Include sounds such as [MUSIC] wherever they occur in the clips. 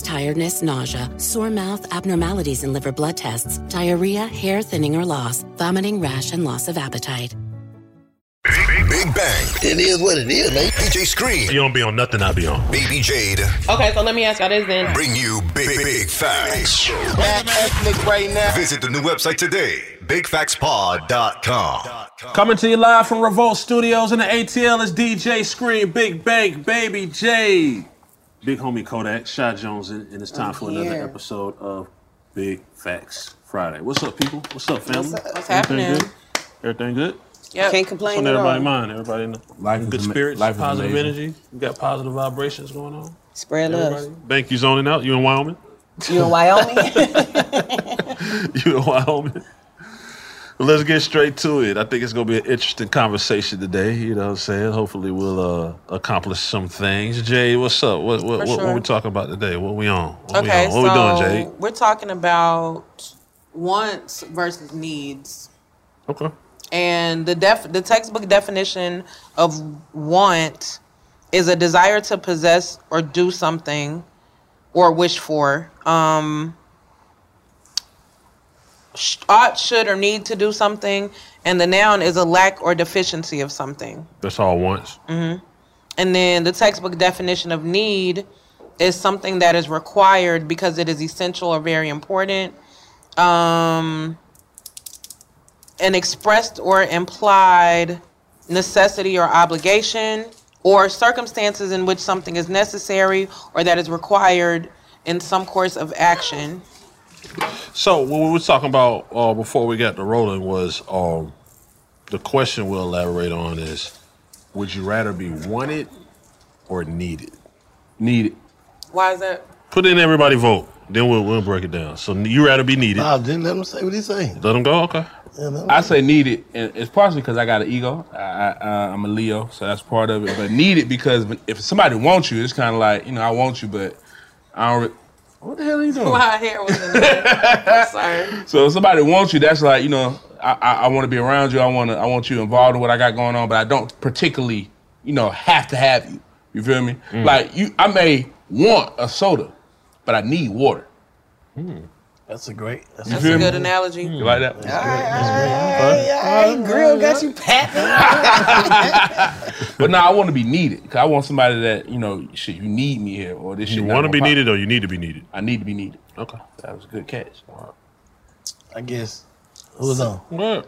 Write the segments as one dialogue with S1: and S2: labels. S1: tiredness, nausea, sore mouth, abnormalities in liver blood tests, diarrhea, hair thinning or loss, vomiting, rash, and loss of appetite.
S2: Big Bang. It is what it is, man. DJ Scream.
S3: You don't be on nothing I be on.
S2: Baby Jade
S4: Okay, so let me ask y'all this then.
S2: bring you big, big, facts.
S5: Black ethnic right now.
S2: Visit the new website today, bigfactspod.com.
S6: Coming to you live from Revolt Studios in the ATL is DJ Scream, Big Bank, Baby J. Big homie Kodak, Shy Jones, and and it's time
S4: I'm
S6: for
S4: here.
S6: another episode of Big Facts Friday. What's up, people? What's up, family?
S4: What's up? What's
S6: Everything
S4: happening?
S6: Good? Everything good?
S4: Yep. Can't
S6: What's
S4: complain
S6: on
S4: at all.
S6: everybody's mind? Everybody in the
S7: Life is
S6: good
S7: ama-
S6: spirits,
S7: life is
S6: positive
S7: amazing.
S6: energy. We got positive vibrations going on.
S4: Spread love.
S6: Everybody? Thank you zoning out. You in Wyoming?
S4: You in
S6: [LAUGHS]
S4: Wyoming? [LAUGHS]
S6: you in Wyoming. Let's get straight to it. I think it's gonna be an interesting conversation today. You know what I'm saying? Hopefully we'll uh, accomplish some things. Jay, what's up? What what,
S4: For
S6: what, what
S4: sure.
S6: we talking about today? What we on? What
S4: okay,
S6: we on? What
S4: so
S6: we doing, Jay?
S4: we're talking about wants versus needs.
S6: Okay.
S4: And the def the textbook definition of want is a desire to possess or do something or wish for. Um sh- ought, should, or need to do something, and the noun is a lack or deficiency of something.
S6: That's all once.
S4: Mm-hmm. And then the textbook definition of need is something that is required because it is essential or very important. Um, an expressed or implied necessity or obligation, or circumstances in which something is necessary or that is required in some course of action.
S6: So what we were talking about uh, before we got to rolling was um, the question we'll elaborate on is: Would you rather be wanted or needed? Needed.
S4: Why is that?
S6: Put in everybody vote. Then we'll, we'll break it down. So you rather be needed?
S8: Bob didn't let him say what he say.
S6: Let them go. Okay.
S7: I say needed, and it's partially because I got an ego. I, I, uh, I'm a Leo, so that's part of it. But needed because when- if somebody wants you, it's kind of like you know I want you, but I don't. Re- what the hell are you
S4: [LAUGHS]
S7: doing?
S4: My hair was in there. I'm sorry.
S7: So if somebody wants you, that's like you know I I, I want to be around you. I want to I want you involved in what I got going on, but I don't particularly you know have to have you. You feel me?
S6: Mm.
S7: Like you, I may want a soda, but I need water.
S8: That's a great. That's,
S7: You feel
S4: Hmm. a
S7: me?
S4: good analogy.
S7: You like that?
S8: Hey, grill got you
S7: But no, I want to be needed. 'cause I want somebody that you know, shit, you need me here, or this shit.
S6: You
S7: not
S6: want to
S7: gonna
S6: be
S7: pop.
S6: needed or you need to be needed?
S7: I need to be needed.
S6: Okay,
S7: that was a good catch.
S8: I guess. Who's on?
S6: What?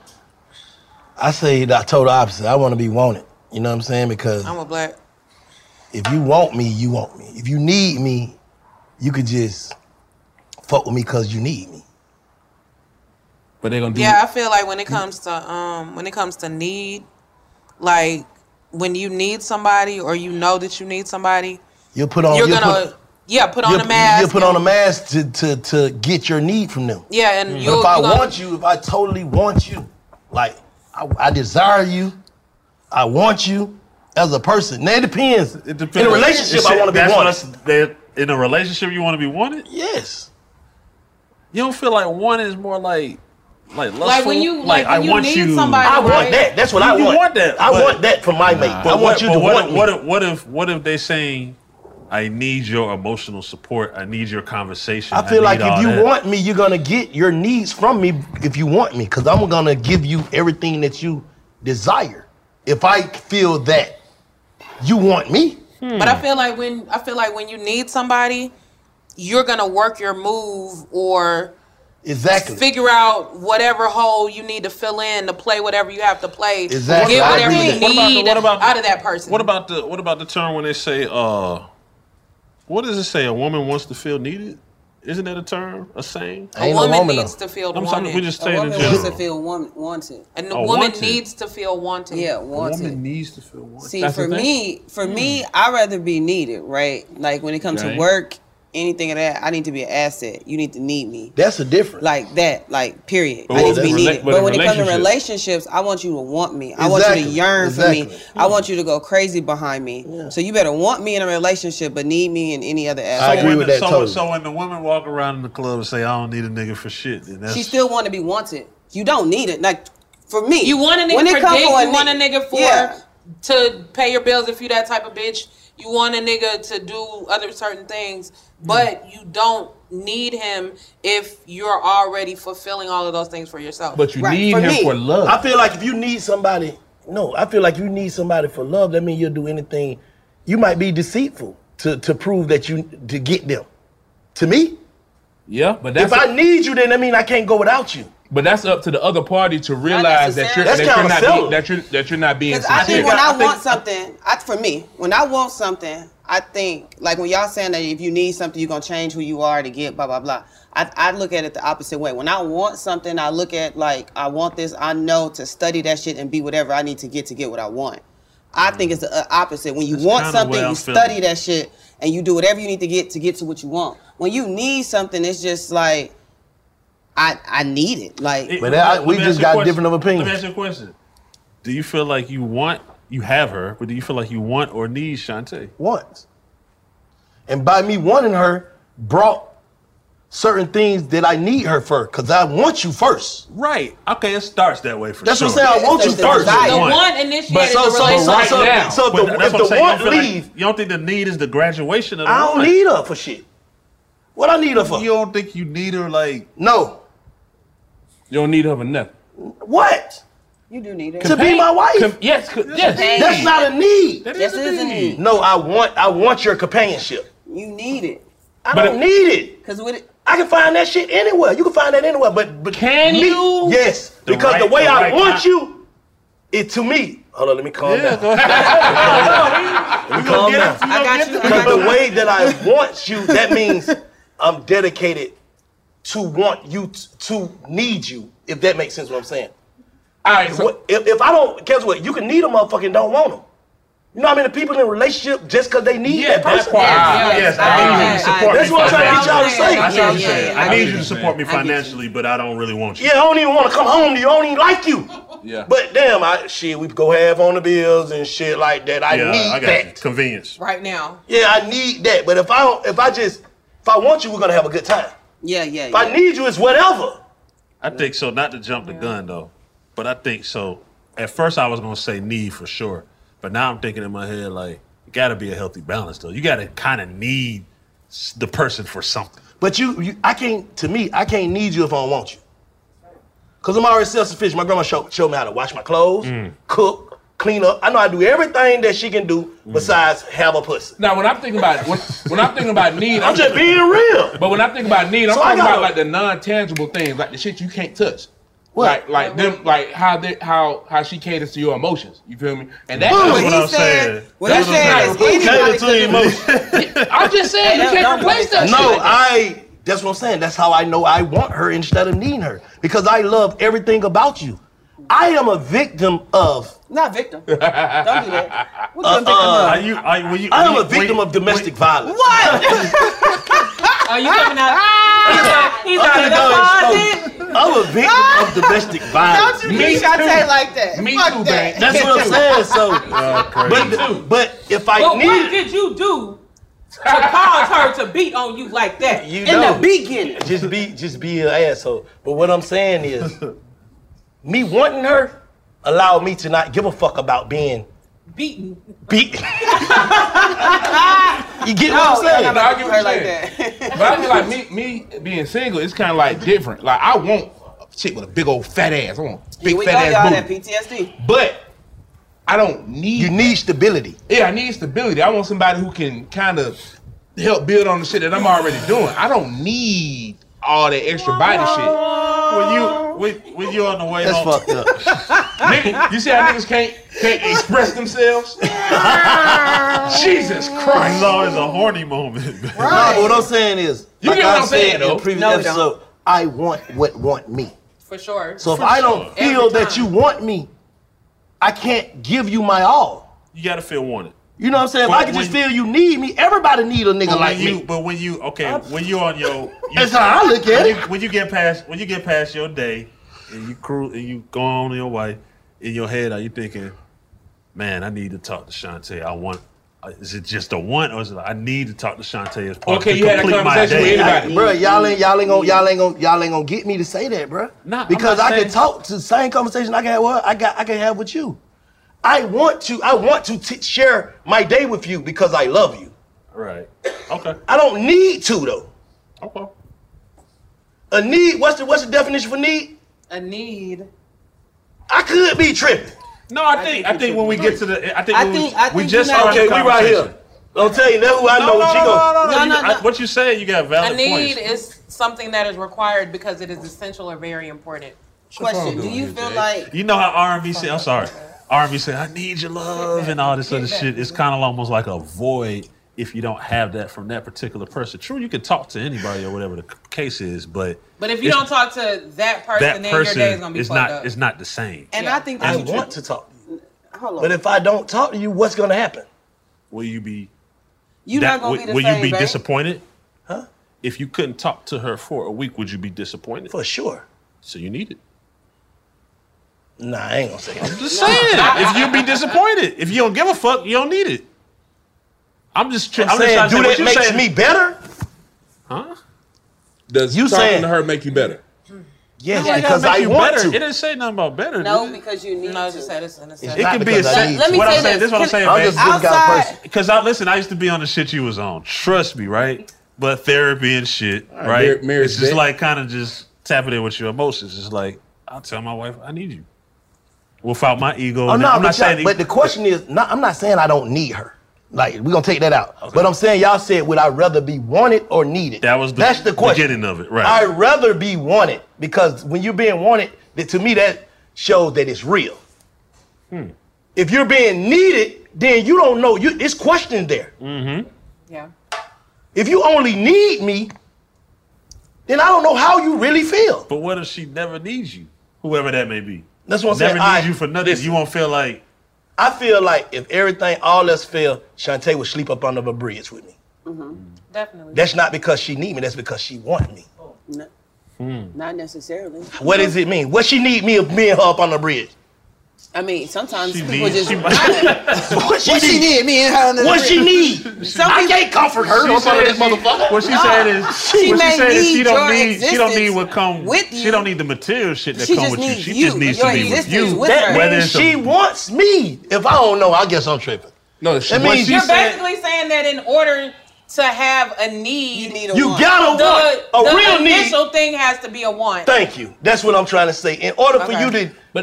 S8: I say the total opposite. I want to be wanted. You know what I'm saying? Because
S4: I'm a black.
S8: if you want me, you want me. If you need me, you could just fuck with me because you need me.
S7: But they're gonna
S4: Yeah, I feel like when it comes to um when it comes to need, like when you need somebody or you know that you need somebody,
S8: You'll put on.
S4: you're
S8: you'll
S4: gonna
S8: put,
S4: yeah put on
S8: you'll,
S4: a mask.
S8: You'll put on a mask to to to get your need from them.
S4: Yeah, and
S8: But
S4: you'll-
S8: if I
S4: you gonna-
S8: want you, if I totally want you, like I, I desire you, I want you as a person. Now it depends. It depends. In a relationship, I want to be wanted.
S6: wanted. In a relationship, you want to be wanted.
S8: Yes.
S6: You don't feel like wanted is more like like lustful.
S4: Like when you- like when you need somebody,
S8: I want
S4: right?
S8: that. That's what I
S6: You
S8: want.
S6: want that.
S8: I
S6: but-
S8: want that from my mate. I
S6: But
S8: want
S6: what-
S8: you
S6: but
S8: to
S6: what,
S8: want me.
S6: what if, what if what if they saying, I need your emotional support. I need your conversation.
S8: I feel like
S6: need all
S8: if you
S6: that."
S8: want me, you're gonna get your needs from me if you want me, because I'm gonna give you everything that you desire. If I feel that you want me,
S4: But I feel like when I feel like when you need somebody, you're gonna work your move or
S8: exactly.
S4: figure out whatever hole you need to fill in to play whatever you have to play.
S6: Exactly.
S4: Get
S6: I
S4: whatever
S6: agree
S4: you
S6: with that. What about the-
S4: need
S6: what about-
S4: out of that person.
S6: What about the what about the term when they say uh what does it say? A woman wants to feel needed? Isn't that a term? A saying?
S4: A Ain't no woman woman, needs though. to feel
S6: I'm sorry,
S4: wanted.
S6: we just
S4: A
S6: saying in
S4: woman wants
S6: general.
S4: to
S9: feel wom- wanted.
S4: And the
S6: Oh,
S4: woman
S6: wanted.
S4: needs to feel wanted.
S9: Yeah, wanted.
S6: needs to feel wanted.
S9: See, for me, for
S4: Mm.
S9: me, I rather be needed, right? Like when it comes
S8: Right.
S9: to work, anything of that, I need to be an asset. You need to need me.
S8: That's the difference.
S9: Like that, like period.
S8: But
S9: I
S8: what-
S9: need to be
S8: that's rela-
S9: needed.
S8: but
S9: But
S8: in
S9: when it comes to
S8: relationships-
S9: relationships, I want you to want me. I want you to
S8: Exactly,
S9: yearn for me.
S8: exactly.
S9: I want you to go crazy behind me. So you better want me in a relationship, but need me in any other aspect.
S6: So when the- so, so when the women walk around in the club and say, I don't need a nigga for shit, then that's
S9: she still want to be wanted. You don't need it. Like for me,
S4: You want a nigga
S9: when
S4: for
S9: it come
S4: dick.
S9: for a
S4: You want a nigga for
S9: Yeah.
S4: to pay your bills if you that type of bitch. You want a nigga to do other certain things,
S9: Mm.
S4: but you don't need him if you're already fulfilling all of those things for yourself.
S8: I feel like if you need somebody, no, I feel like you need somebody for love. That means you'll do anything. You might be deceitful to to prove that you to get them. To me,
S7: Yeah, but that's
S8: if I need you, then that means I can't go without you.
S7: but that's up to the other party to realize that you're
S8: necessarily.
S7: that
S8: That's
S7: you're,
S8: kinda
S7: not
S8: selling.
S7: being, that you're that you're not being
S9: Because I
S7: sincere.
S9: think when I, want something, I, for me, when I want something, I think like when y'all saying that if you need something, you're gonna change who you are to get blah blah blah. I, I look at it the opposite way. When I want something, I look at like I want this. I know to study that shit and be whatever I need to get to get what I want. I think it's the uh, opposite. When you want
S10: kinda
S9: something,
S10: where
S9: you
S10: I'm
S9: study
S10: feeling.
S9: that shit and you do whatever you need to get to get to what you want. When you need something, it's just like I I need it. Like
S6: It- let me ask you a question. Let me ask you a question. Do you feel like you want you have her, but do you feel like you want or need Shantae?
S8: once. And by me wanting her, brought certain things that I need her for, because I want you first.
S6: Right. Okay, it starts that way for
S8: That's
S6: sure.
S8: what I'm saying. I want you first. But so, so, so, so, so if
S6: But
S8: the,
S6: that's what I'm
S8: if the
S6: saying.
S8: want
S6: you, don't feel
S8: leave,
S6: like, you don't think the need is the graduation of the
S8: I don't
S6: want?
S8: need her for shit. What I need her for?
S6: You don't think you need her like
S8: No.
S7: You don't need her for nothing.
S8: What?
S9: You do need it.
S8: to be my wife.
S7: Com- yes, co- yes.
S8: That's not a need.
S9: That is Yes, a it is a need. need.
S8: No, I want I want your companionship.
S9: You need it.
S8: I don't need it.
S9: Cause with it,
S8: I can find that shit anywhere. You can find that anywhere, but but can
S9: you?
S8: Yes,
S6: The
S8: because
S6: right-
S8: the way
S6: the
S8: I
S6: right
S8: want
S6: kind-
S8: you, it to me Hold on, let me calm
S7: [LAUGHS] Yeah,
S8: down. let me calm down.
S9: I got you.
S8: Because the way that I want you, that means I'm dedicated to want you t- to need you. If that makes sense, what I'm saying. All right. if, if I don't, guess what? You can need a motherfucker and don't want them. You know how many people in a relationship just because they need that person?
S6: part. Ah, yes, I need you to support me.
S8: That's what I'm trying to get y'all to say.
S6: That's what I'm saying. I need you to support me financially, but I don't really want you.
S8: Yeah, I don't even want to come home to you. I don't even like you.
S6: Yeah.
S8: But damn, I shit, we go half on the bills and shit like that. I
S6: Yeah,
S8: need
S6: I got
S8: that.
S6: you. Convenience.
S4: Right
S9: [LAUGHS]
S4: now.
S8: Yeah, I need that. But if I don't, if I just if I want you, we're gonna have a good time.
S9: Yeah, yeah.
S8: If I need you, it's whatever.
S6: I think so. Not to jump the gun though, but I think so. At first, I was gonna say need for sure, but now I'm thinking in my head like, it gotta be a healthy balance though. You gotta kind of need s- the person for something.
S8: But you, you,
S6: [LAUGHS]
S8: I can't. To me, I can't need you if I don't want you. Cause I'm already self-sufficient. My grandma showed show me how to wash my clothes,
S6: Mm.
S8: cook, clean up. I know I do everything that she can do
S6: Mm.
S8: besides have a pussy.
S7: Now, when I'm thinking about when, when I'm thinking about need,
S8: I'm just being real.
S7: But when I think about need, I'm
S8: So I
S7: talking
S8: gotta-
S7: about like the non-tangible things, like the shit you can't touch. Like, like them, like how they, how how she caters to your emotions. You feel me? And that-
S9: Ooh, That's what he I'm said- saying. what he
S7: That's what
S9: said
S7: I'm
S9: is
S7: saying.
S9: anybody Cater to could your
S7: [LAUGHS]
S9: do
S7: I'm just saying you can't replace that.
S8: No,
S7: shit. [LAUGHS]
S8: I. That's what I'm saying. That's how I know I want her instead of needing her because I love everything about you. I am a victim of.
S9: Not victim.
S8: [LAUGHS]
S9: Don't do that. What you
S8: Uh,
S9: gonna think
S8: uh,
S9: about?
S8: I am a victim of domestic violence.
S4: Are you
S8: [LAUGHS]
S4: coming out? He's out
S8: Okay,
S4: of
S8: go
S4: the
S8: ahead,
S4: closet.
S8: so, I'm a victim of domestic violence.
S9: Don't you Me think I too. say like that.
S4: Me Fuck too, that. babe.
S8: That's what
S9: [LAUGHS]
S8: I'm saying. [LAUGHS]
S4: [LAUGHS]
S8: So,
S4: Oh, crazy.
S8: but, but if I
S4: But
S8: need
S4: what did you do
S8: [LAUGHS]
S4: to cause her to beat on you like that
S8: you
S4: in
S8: know,
S4: the beginning?
S8: just be just be an asshole. But what I'm saying is, me wanting her allowed me to not give a fuck about being
S4: Beaten.
S8: beaten. you get what I'm saying?
S7: No, I get what you're saying.
S8: [LAUGHS]
S7: But I feel like me, me being single, it's kind of like different. Like I want a chick with a big old fat ass. I want a
S9: Here
S7: big
S9: we go,
S7: fat
S9: y'all.
S7: ass
S9: That
S7: booty.
S9: PTSD.
S7: But I don't need. You
S8: need stability.
S7: Yeah, I need stability. I want somebody who can kind of help build on the shit that I'm already doing. I don't need all that extra body shit.
S6: When you when, when you on the way
S7: That's
S6: home,
S7: fucked up. Nigga, you see how niggas can't can't express
S6: [LAUGHS]
S7: themselves? Jesus Christ!
S6: It's always a horny moment. man.
S8: No, but what I'm saying is,
S6: You
S8: like
S6: get what
S8: I
S6: I'm
S8: said
S6: saying,
S8: in the
S6: though.
S8: previous
S6: No, we
S8: episode, I want what want me.
S4: For sure.
S8: So if
S4: For
S8: I
S4: sure.
S8: don't feel that you want me, I can't give you my all.
S6: [LAUGHS] You gotta feel wanted.
S8: You know what I'm saying? if
S6: But
S8: I can just
S6: when-
S8: feel you need me, everybody need a nigga
S6: But
S8: like
S6: when you,
S8: me.
S6: but when you okay, when you on your, you,
S8: That's how I look at
S6: when
S8: it.
S6: You, when you get past, when you get past your day, and you cru and you go on to your wife, in your head, are you thinking, man, I need to talk to Shantae. I want. uh, Is it just a want, or is it like, I need to talk to Shantae as part
S7: Okay,
S6: to
S7: you had a
S6: complete my
S7: conversation
S6: day.
S7: with anybody.
S8: Bruh, y'all ain't y'all ain't gonna y'all ain't gonna y'all ain't gonna get me to say that, bruh.
S6: Nah, I'm
S8: because
S6: not
S8: I can
S6: saying-
S8: talk to the same conversation I can have with her, I got I can have with you. I want to I want to t- share my day with you because I love you.
S6: Right. Okay.
S8: I don't need to though.
S6: Okay.
S8: A need, what's the what's the definition for need?
S4: A need.
S8: I could be tripping.
S6: No, I think I think when we get to the, I think when we- we just started
S8: okay.
S6: the
S8: We right here.
S6: conversation.
S8: Don't tell you that who I
S6: No,
S8: know.
S6: no,
S8: she
S6: no,
S8: go-
S6: no, no, no, you- I- What you said, you got
S4: A
S6: valid
S4: need
S6: points.
S4: is something that is required because it is essential or very important.
S9: Question: Do you feel like
S6: You know how R&B said, I'm sorry, R&B said, I need your love and all this other shit. It's kind of almost like a void if you don't have that from that particular person. True, you can talk to anybody or whatever the c- case is, but
S4: But if you
S6: it's-
S4: don't talk to that person,
S6: that
S4: then your day is
S6: person
S4: gonna be
S6: is
S4: fucked
S6: not
S4: up.
S6: it's not the same.
S9: And I think
S8: I
S9: that's
S8: want to talk to you,
S9: Hold on.
S8: but if I don't talk to you, what's gonna happen?
S6: Will you be?
S9: You not gonna
S6: will,
S9: be the
S6: will
S9: same,
S6: you be
S9: babe.
S6: disappointed? Huh? If you couldn't talk to her for a week, would you be disappointed?
S8: For sure.
S6: So you need it.
S8: Nah, I ain't gonna say that.
S6: I'm just
S8: [LAUGHS]
S6: saying. if you be disappointed, if you don't give a fuck, you don't need it. I'm just. Tri-
S8: I'm,
S6: I'm,
S8: saying,
S6: just
S8: do
S6: trying to
S8: that
S6: say, what
S8: makes
S6: you saying-
S8: me better?
S6: Huh?
S7: Does
S8: You
S7: talking
S8: saying-
S7: to her make you better?
S8: Yes,
S6: No, it
S8: because
S6: don't make
S8: I
S6: you
S8: want
S6: better.
S8: to.
S6: It didn't say nothing about better.
S4: No,
S6: did it?
S4: because you need no, to. said it's innocent.
S6: It
S8: not
S6: can be a
S8: because I need
S6: sex.
S8: Let- let
S4: me
S6: what
S4: say
S6: I'm saying,
S4: this.
S6: this. is what I'm
S4: Can-
S6: saying,
S4: I'm
S6: babe.
S4: just a good kind of person.
S6: Because I listen, I used to be on the shit you was on. Trust me, right? But therapy and shit,
S7: right,
S6: right?
S7: mar- marriage
S6: it's just
S7: vet.
S6: like kind of just tapping in with your emotions. It's like I'll tell my wife I need you without my ego.
S8: Oh,
S6: and
S8: no,
S6: I'm
S8: but,
S6: not saying
S8: y'all- but the question is, not, I'm not saying I don't need her. Like we're gonna take that out. But I'm saying y'all said would I rather be wanted or needed?
S6: that was the,
S8: That's the question.
S6: beginning of it, right?
S8: I'd rather be wanted
S6: Hmm.
S8: because when you're being wanted, that, to me that shows that it's real. If you're being needed, then you don't know. You it's questioned there.
S6: Mm-hmm.
S4: Yeah.
S8: If you only need me, then I don't know how you really feel.
S6: But what if she never needs you? Whoever that may be.
S8: That's what I'm
S6: never
S8: saying.
S6: Never needs
S8: I-
S6: you for nothing. You won't feel like
S8: I feel like if everything all else failed, Shantae would sleep up under a bridge with me.
S9: Definitely.
S8: That's not because she need me. That's because she want me.
S9: No,
S6: Hmm.
S9: not necessarily.
S8: What does it mean? What she need me of me and her up on the bridge?
S9: I mean, sometimes people
S8: needs-
S9: [LAUGHS] just.
S8: she
S9: what
S8: she
S9: she
S8: need?
S9: need? Me and her. under the
S8: What she
S9: bridge. [LAUGHS]
S8: need?
S9: Some
S8: I
S9: people-
S8: can't comfort her.
S6: She
S8: up under
S6: said
S8: this
S6: she-
S8: motherfucker.
S6: What she
S8: Nah.
S6: said is
S8: She
S6: what
S8: may
S6: she said is she
S8: need
S6: don't
S8: your
S6: need she don't need
S8: existence
S6: what come
S8: with
S6: she
S8: you.
S6: don't need the material shit that
S8: She
S6: come
S8: just
S6: with you.
S8: needs
S6: She
S8: you,
S6: just needs
S8: your
S6: to be with
S8: existence
S6: you.
S8: with her.
S6: Whether it's
S8: She wants me. If I don't know, I guess I'm tripping.
S7: No,
S8: that means
S4: You're basically saying that in order to have a need, you,
S8: a You want. gotta want. A
S4: the
S8: real need.
S4: initial thing has to be a want.
S8: Thank you. That's what I'm trying to say. In order for
S4: Okay.
S8: you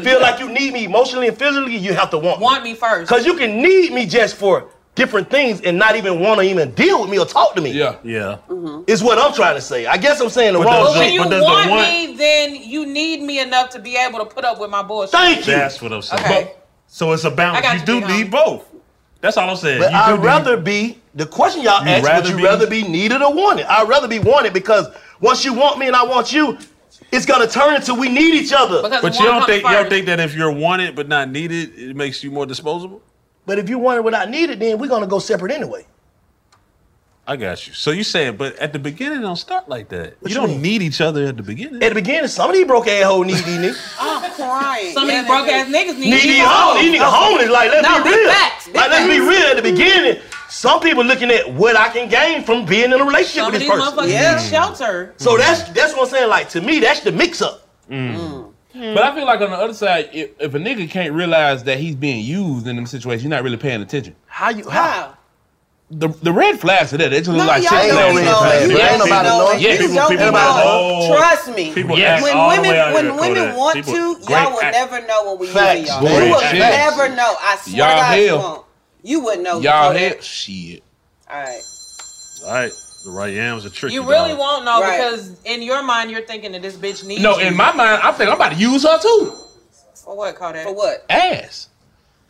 S8: to feel like you need me emotionally and physically, you have to want want
S4: me first.
S8: Because you can need me just for different things and not even want to even deal with me or talk to me. Yeah,
S6: yeah.
S8: Is what I'm trying to say. I guess I'm saying the
S6: But
S8: wrong
S6: does
S4: But when
S8: shit.
S4: you want me, then you need me enough to be able to put up with my bullshit.
S6: That's what I'm saying.
S4: Okay.
S6: So it's a balance.
S4: I
S6: You
S4: got
S6: do
S4: you,
S6: need both. That's all I'm saying.
S8: But
S6: you do
S8: I'd
S6: need-
S8: rather be the question y'all
S6: You'd
S8: asked.
S6: rather
S8: would you
S6: be-
S8: rather be needed or wanted? I'd rather be wanted because once you want me and I want you, it's gonna turn into we need each other.
S6: But you don't think you don't think that if you're wanted but not needed, it makes you more disposable?
S8: But if you wanted what I needed, then we're gonna go separate anyway.
S6: I got you. So you saying, but at the beginning it don't start like that. you
S8: What you
S6: don't
S8: mean?
S6: need each other at the beginning.
S8: At the beginning, some of these broke ass hoes need these niggas.
S9: I'm crying.
S4: Some of these broke ass niggas [LAUGHS]
S8: Need
S4: need, these
S8: these hoes. These niggas homies. Like, let's
S4: no,
S8: be
S4: big
S8: real.
S4: Facts, big
S8: like, let's be
S4: facts.
S8: real. At the beginning, some people looking at what I can gain from being in a relationship
S4: Some of
S8: with
S4: these
S8: this person. Mm.
S4: motherfuckers need shelter.
S8: So that's that's what I'm saying. Like to me, that's the mix up.
S6: Mm.
S4: Mm.
S7: But I feel like on the other side, if, if a nigga can't realize that he's being used in them situations, you're not really paying attention.
S8: How you how?
S7: The, the red flags are there. They just look
S9: No,
S7: like
S9: y'all
S7: six
S9: don't
S7: red
S9: know.
S7: flags.
S9: You don't know.
S7: Yeah,
S9: You
S7: people,
S9: don't
S7: people,
S9: know.
S7: know.
S8: Oh.
S9: Trust me.
S7: People act
S9: when
S7: all the way
S9: women
S7: out
S9: when
S7: here,
S9: women
S7: Kodak.
S9: want
S7: People-
S9: to,
S7: great
S9: y'all will
S7: act.
S9: never know when we
S7: Facts.
S9: use y'all.
S7: Great
S9: You will
S7: act.
S9: never know. I swear
S7: Y'all
S9: to God, you
S7: hell.
S9: won't. You wouldn't know.
S7: Y'all
S9: Kodak.
S7: hell. Shit.
S9: All right.
S6: All right. The right yams are tricky.
S4: You really
S6: dog.
S4: won't know
S9: Right.
S4: because in your mind you're thinking that this bitch needs
S7: No,
S4: you.
S7: in my mind, I think I'm about to use her too.
S4: For what, Kodak?
S9: For what?
S7: Ass.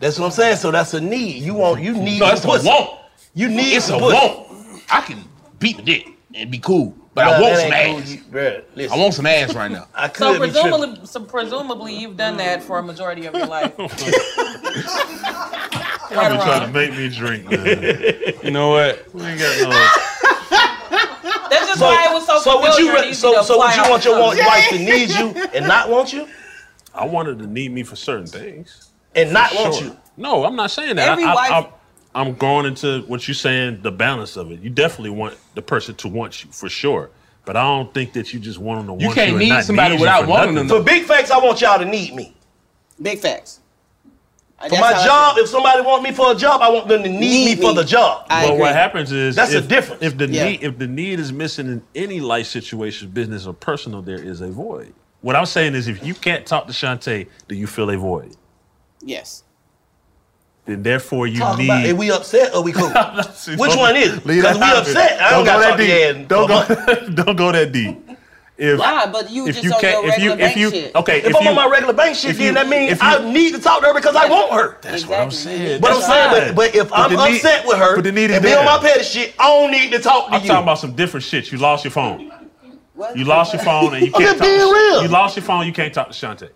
S8: That's what I'm saying. So that's a need. You want you need.
S7: No, it's a
S8: pussy.
S7: want.
S8: You need.
S7: It's a
S8: pussy.
S7: want. I can beat the dick and be cool, but I
S8: Bruh,
S7: want
S8: that
S7: some
S8: ain't
S7: ass.
S8: cool. You- bruh, listen.
S7: I want some ass right now.
S8: [LAUGHS] I
S4: So
S8: could be tripping.
S4: presumably, so presumably you've done that for a majority of
S8: [LAUGHS]
S4: your life.
S6: Y'all been trying to make me drink,
S8: [LAUGHS]
S6: man. you know what? We ain't got no.
S4: That's just why it was so.
S8: so would you
S4: familiar and
S8: re-
S4: easy
S8: so
S4: to
S8: so would
S4: apply
S8: you want your
S4: outcomes.
S8: wa- wife to need you and not want you?
S6: I wanted to need me for certain things.
S8: And not
S6: For
S8: want
S6: sure.
S8: you.
S6: No, I'm not saying that.
S8: Every
S6: I,
S8: wife-
S6: am going into what you're saying, the balance of it. You definitely want the person to want you for sure. But I don't think that you just want them to want you.
S8: You can't
S6: and
S8: need
S6: not
S8: somebody
S6: need you
S8: without
S6: for
S8: wanting
S6: nothing.
S8: them. For big facts, I want y'all to need me.
S9: Big facts.
S8: For
S9: that's
S8: my
S9: how I
S8: job, if somebody want me for a job, I want them to need, me, for the job.
S6: But what happens is
S8: That's the
S6: if,
S8: difference.
S6: If the
S8: Yeah.
S6: need if the need is missing in any life situation, business or personal, there is a void. What I'm saying is, if you can't talk to Shantae, do you feel a void?
S9: Yes.
S6: Then therefore, you
S8: Talk
S6: need.
S8: about if we upset or we
S6: [LAUGHS]
S8: cool. Which
S6: don't-
S8: one is? Because we
S6: leave that out of it.
S8: upset. I don't,
S6: Don't go
S8: got
S6: that
S8: to
S6: deep.
S8: talk to your ass.
S6: Don't go. [LAUGHS] don't go that deep. If,
S9: Why? But you
S6: if
S9: just
S6: you
S9: on
S6: can't,
S9: your
S6: if you,
S9: regular
S6: if you,
S9: bank shit.
S6: okay,
S8: If,
S6: if
S8: I'm
S6: you,
S8: on my regular bank shit,
S6: if you-
S8: then that means
S6: if you-
S8: I need to talk to her because I want her.
S6: That's what I'm saying.
S8: But I'm
S6: That's
S8: saying,
S6: fine.
S8: but, but if
S6: But
S8: I'm
S6: the need-
S8: upset with her
S6: but the need is
S8: and be
S6: there.
S8: on my petty shit, I don't need to talk to
S6: I'm
S8: you.
S6: talking about some different shit. You lost your phone. You lost your phone and you
S8: [LAUGHS] I'm
S6: can't
S8: just
S6: talk. to
S8: being
S6: Shan-
S8: real.
S6: You lost your phone. You can't talk to Shantae.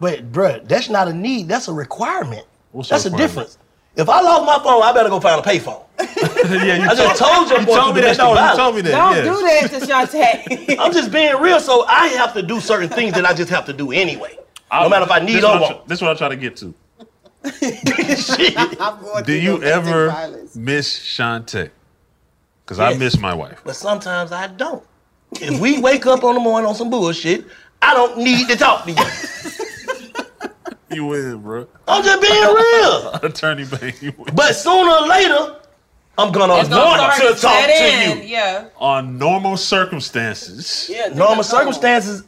S8: But bruh, that's not a need. That's a requirement.
S6: What's
S8: that's
S6: the
S8: a
S6: requirement?
S8: difference. If I lost my phone, I better go find a payphone.
S6: [LAUGHS] yeah, you
S8: I just told you. I'm
S6: you
S8: going
S6: told me
S8: to the
S6: that.
S8: next
S6: though. You
S8: dollar.
S6: told me that. yeah.
S9: that to Shantae.
S8: I'm just being real, so I have to do certain things that I just have to do anyway.
S6: I-
S8: no matter if I need
S6: this
S8: or
S6: what I'm
S8: want.
S6: tr- This is what I'm trying to get to.
S8: [LAUGHS]
S9: I'm going
S6: Do
S9: through
S6: you
S9: domestic
S6: ever
S9: violence.
S6: miss Shantae? Because I
S8: Yes.
S6: miss my wife.
S8: But sometimes I don't. If we wake up on the morning on some bullshit, I don't need to talk to you.
S6: You win, bro.
S8: I'm just being real.
S6: [LAUGHS] Attorney Bang, you win.
S8: But sooner or later, I'm gonna
S6: It's gonna
S8: want
S6: start
S8: to talk
S6: set
S8: to
S6: in.
S8: you.
S4: Yeah.
S6: On normal circumstances.
S8: normal circumstances,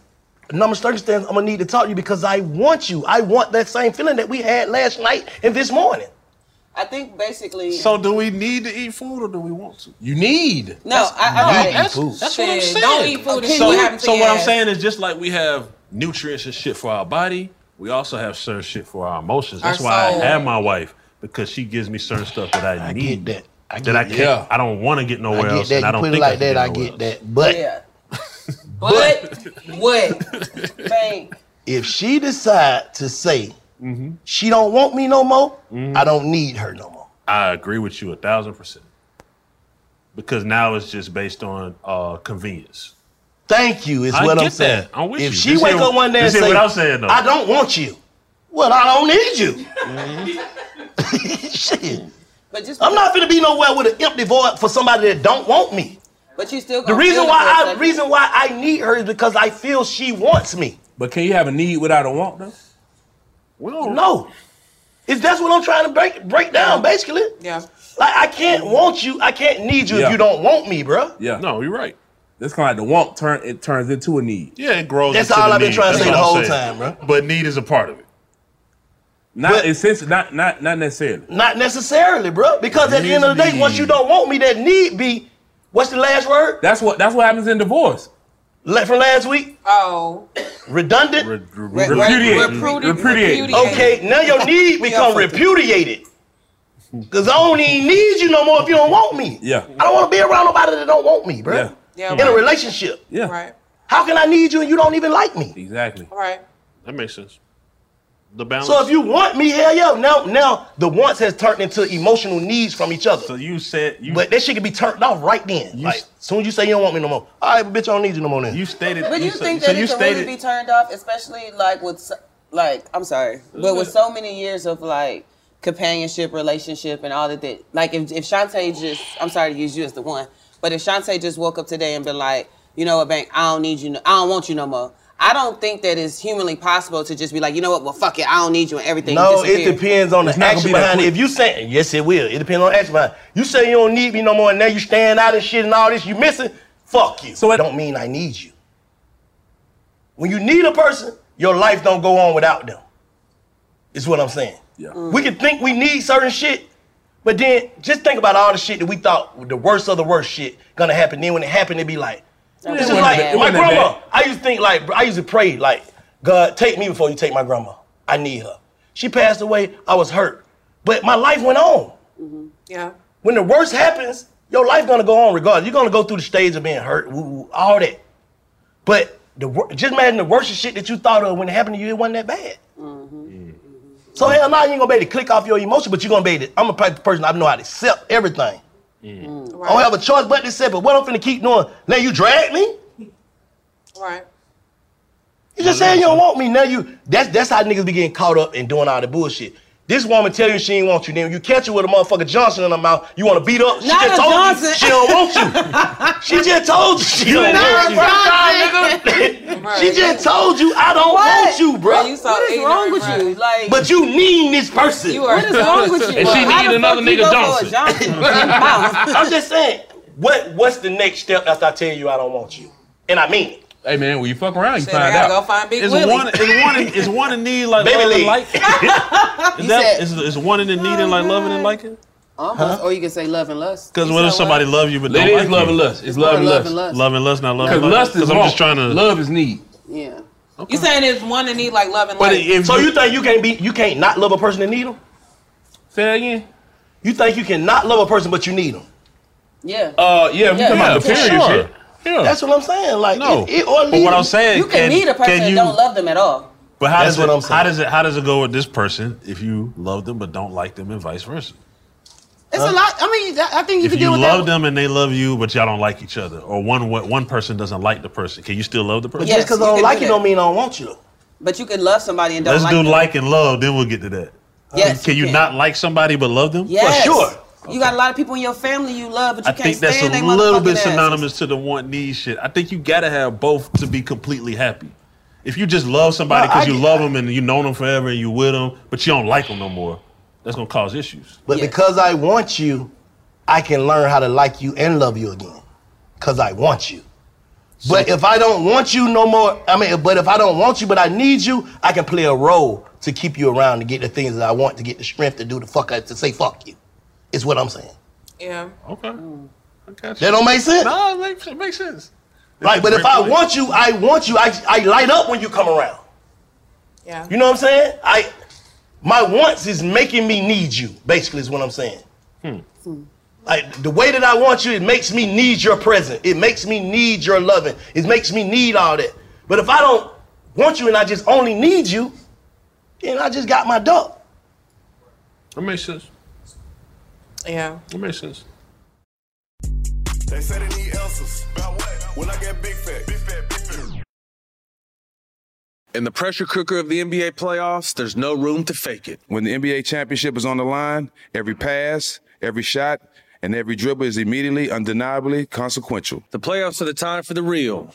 S8: normal circumstances, I'm gonna need to talk to you because I want you. I want that same feeling that we had last night and this morning.
S9: [LAUGHS] I think basically.
S6: So do we need to eat food or do we want to?
S7: You need.
S9: no, I, I
S6: that's,
S9: food.
S6: that's what I'm saying.
S4: Said, don't eat food, this is
S6: So,
S4: what happened to
S6: so
S4: your
S6: what I'm
S4: ass.
S6: saying is just like we have nutrients and shit for our body, we also have certain shit for our emotions.
S7: Our
S6: That's why
S7: soul.
S6: I have my wife because she gives me certain stuff that I, need.
S8: that. I
S6: that I
S8: get
S6: can't.
S8: that.
S6: I don't want to get nowhere
S8: I get
S6: else.
S8: that.
S6: and I
S8: You
S6: don't
S8: put it
S6: think
S8: like
S6: I can
S8: that, I
S6: nowhere
S8: get that.
S6: else.
S8: But
S4: But what?
S9: Bank.
S8: if she decide to say
S6: Mm-hmm.
S8: she don't want me no more, I don't need her no more.
S6: I agree with you a thousand percent. Because now it's just based on uh, convenience.
S8: Thank you. Is
S6: I
S8: what
S6: get
S8: I'm saying.
S6: that. I'm with
S8: if
S6: you.
S8: she
S6: This
S8: wake
S6: here-
S8: up one day and
S6: this here
S8: say,
S6: what I'm saying, though.
S8: "I don't want you," well, I don't need you. [LAUGHS]
S6: Mm-hmm.
S8: Shit.
S9: But just
S8: I'm not gonna be nowhere with an empty void for somebody that don't want me.
S9: But you still
S8: The
S9: gonna
S8: reason
S9: feel it
S8: why
S9: for a
S8: I
S9: second.
S8: reason why I need her is because I feel she wants me.
S7: But can you have a need without a want though?
S8: No. Is that's what I'm trying to break break down basically?
S4: Yeah.
S8: Like I can't want you, I can't need you
S7: Yeah.
S8: if you don't want me, bro.
S7: Yeah. No, you're right. That's kind of like the want turn. It turns into a need.
S6: Yeah, it grows.
S8: That's
S6: into
S8: all
S6: the
S8: I've been
S6: need.
S8: trying to
S6: That's
S8: say
S6: what
S8: the
S6: I'm
S8: whole
S6: saying.
S8: time,
S6: But need is a part of it.
S7: Not essentially. Not not not necessarily.
S8: Not necessarily, bro. Because at the end of the day, once you don't want me, that need be what's the last word?
S7: That's what that's what happens in divorce.
S8: Le- from last week?
S4: Oh.
S8: Redundant?
S7: re- Repudiate. repudiate. Repudiate.
S8: Okay, now your need become repudiated. Cause I don't even need you no more if you don't want me.
S7: Yeah.
S8: I don't want to be around nobody that don't want me, bro.
S7: Yeah.
S4: Yeah,
S8: In
S4: right.
S8: a relationship.
S7: Yeah.
S4: Right.
S8: How can I need you and you don't even like me?
S7: Exactly.
S4: Right.
S6: That makes sense. The balance.
S8: So if you want me, hell yeah. Now, now the wants has turned into emotional needs from each other. So
S6: you said you
S8: But that shit can be turned off right then. like soon as you say you don't want me no more. All right, but bitch, I don't need you no more then.
S6: You stated
S9: But you think that it can really be turned off, especially like with so- like I'm sorry, but with so many years of like companionship, relationship, and all that. that like if if Shantae just I'm sorry to use you as the one, but if Shantae just woke up today and been like, you know what, Bank, I don't need you, no, I don't want you no more. I don't think that it's humanly possible to just be like, you know what, well fuck it, I don't need you, and everything.
S8: no, it
S9: disappear. [LAUGHS]
S8: depends on the action behind it. If you say yes, it will. It depends on the action behind. it. You say you don't need me no more, and now you stand out and shit and all this. You missing? Fuck you. So it don't mean I need you. When you need a person, your life don't go on without them. Is what I'm saying. Yeah. We can think we need certain shit, but then just think about all the shit that we thought the worst of the worst shit gonna happen. Then when it happened, it be like,
S7: It
S8: this is
S7: wasn't
S8: like
S7: bad. It
S8: my
S7: wasn't
S8: grandma. I used to think like I used to pray like, God, take me before you take my grandma. I need her. She passed away. I was hurt, but my life went on. Mm-hmm.
S4: Yeah.
S8: When the worst happens, your life gonna go on regardless. You're gonna go through the stage of being hurt, woo, woo, all that. But the wor- just imagine the worst shit that you thought of when it happened to you, it wasn't that bad. So hell no, you ain't gonna be able to click off your emotion, but you're gonna be able to, I'm a type of person I know how to accept everything. I don't have a choice but to accept it. What I'm finna keep doing? Now you drag me?
S4: Right.
S8: You just saying you don't want me. Now you that's that's how niggas be getting caught up and doing all the bullshit. This woman tell you she ain't want you, then you catch her with a motherfucker Johnson in her mouth. You want to beat up? She
S4: Not
S8: just
S4: a
S8: told
S4: Johnson.
S8: you she don't
S4: [LAUGHS]
S8: want you. she just told you she
S4: You
S8: don't
S4: not a
S8: want you. [LAUGHS] she just told you I don't want you, bro.
S4: Bro, you so What is wrong with ignorant, you? bro. Like-
S8: but you need this person.
S4: You are- What is wrong with you? And she Why need the another fuck you nigga go for a Johnson. Johnson?
S8: I'm just saying, what what's the next step after I tell you I don't want you, and I mean it.
S7: Hey man, when you fuck around, you
S8: Shit, I
S7: find
S8: gotta
S7: out.
S8: go find Big
S7: it's
S8: Willie.
S7: one. It's one. It's one and
S8: [LAUGHS]
S7: need like
S8: Baby
S7: love and
S8: Lee.
S7: like. Is that is, is one in the need and like loving and liking?
S9: Almost, or Uh-huh. Oh, you can say love and lust.
S6: Because what if somebody love you but
S7: It
S6: don't
S7: is
S6: like
S7: love
S6: you?
S7: and lust. It's It's love and love and lust. lust.
S6: Love and lust, not love and
S7: Because
S6: like.
S7: lust is
S6: I'm
S7: want.
S6: just trying to.
S7: Love is need.
S4: Yeah. You saying it's one and need like love and
S8: But
S4: light.
S8: if so, you, think you can't be, you can't not love a person that need them? Say that again. You think you can not love a person but you need them?
S9: Yeah.
S7: Uh, yeah.
S8: if you Yeah, talking about the for period sure. shit.
S7: Yeah.
S8: That's what I'm saying. Like,
S6: No.
S8: it, it, or
S6: But what
S8: leave
S6: I'm
S8: them.
S6: saying,
S9: You can, need a person
S6: can
S9: and
S6: you-
S9: don't love them at all.
S6: But how does
S8: That's
S6: it,
S8: what I'm saying.
S6: How does it? How does it go with this person if you love them but don't like them and vice versa?
S9: It's a lot. I mean, I think you
S6: If
S9: can
S6: you
S9: deal with that.
S6: love them and they love you but y'all don't like each other, or one wa- one person doesn't like the person, can you still love the person?
S8: But just because I don't like you
S9: that.
S8: don't mean I don't want you.
S9: But you can love somebody and don't
S6: Let's
S9: like
S6: do
S9: them.
S6: like and love, then we'll get to that.
S9: Yes,
S6: Can
S9: you
S6: you
S9: can.
S6: not like somebody but love them?
S9: Yes. You got a lot of people in your family you love, but you
S6: I
S9: can't
S6: think that's a
S9: stand they
S6: little bit
S9: motherfucking asses.
S6: synonymous to the want need shit. I think you gotta have both to be completely happy. If you just love somebody
S8: No, I
S6: because you
S8: get-
S6: love them and you know them forever and you with them, but you don't like them no more, that's gonna cause issues.
S8: But because I want you, I can learn how to like you and love you again. Cause I want you. But if I don't want you no more, I mean, but if I don't want you, but I need you, I can play a role to keep you around to get the things that I want, to get the strength to do the fuck I, to say fuck you. Is what I'm saying.
S4: Yeah.
S6: Okay.
S8: That don't make sense.
S6: No, it makes, it makes sense.
S8: Like, but if I want you, I want you. I, I light up when you come around.
S4: Yeah.
S8: You know what I'm saying? I my wants is making me need you, basically is what I'm saying.
S6: Hmm.
S8: Like the way that I want you, it makes me need your presence. It makes me need your loving. It makes me need all that. But if I don't want you and I just only need you, then I just got my duck.
S6: That makes sense.
S4: Yeah.
S6: That makes sense.
S2: They say they need answers. About what? When I get big fat. Big fat, big fat.
S11: In the pressure cooker of the NBA playoffs, there's no room to fake it.
S12: When the NBA championship is on the line, every pass, every shot, and every dribble is immediately, undeniably consequential.
S11: The playoffs are the time for the real.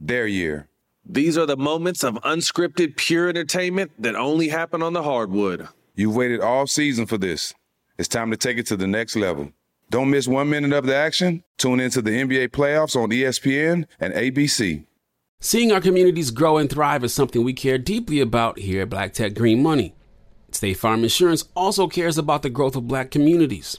S12: their year?
S11: These are the moments of unscripted, pure entertainment that only happen on the hardwood.
S12: You've waited all season for this. It's time to take it to the next level. Don't miss one minute of the action. Tune into the NBA playoffs on E ESPN and ABC.
S13: Seeing our communities grow and thrive is something we care deeply about here at Black Tech Green Money. State Farm Insurance also cares about the growth of black communities.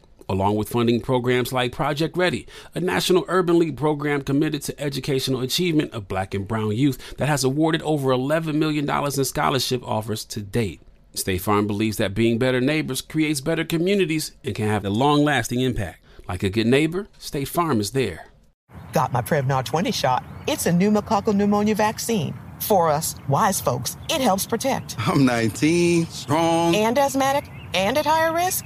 S13: along with funding programs like Project Ready, a national urban league program committed to educational achievement of black and brown youth that has awarded over $11 million in scholarship offers to date. State Farm believes that being better neighbors creates better communities and can have a long lasting impact. Like a good neighbor, State Farm is there.
S10: [LAUGHS] Got my Prevnar 20 shot. It's a pneumococcal pneumonia vaccine. For us, wise folks, it helps protect.
S14: I'm 19, strong.
S10: And asthmatic and at higher risk?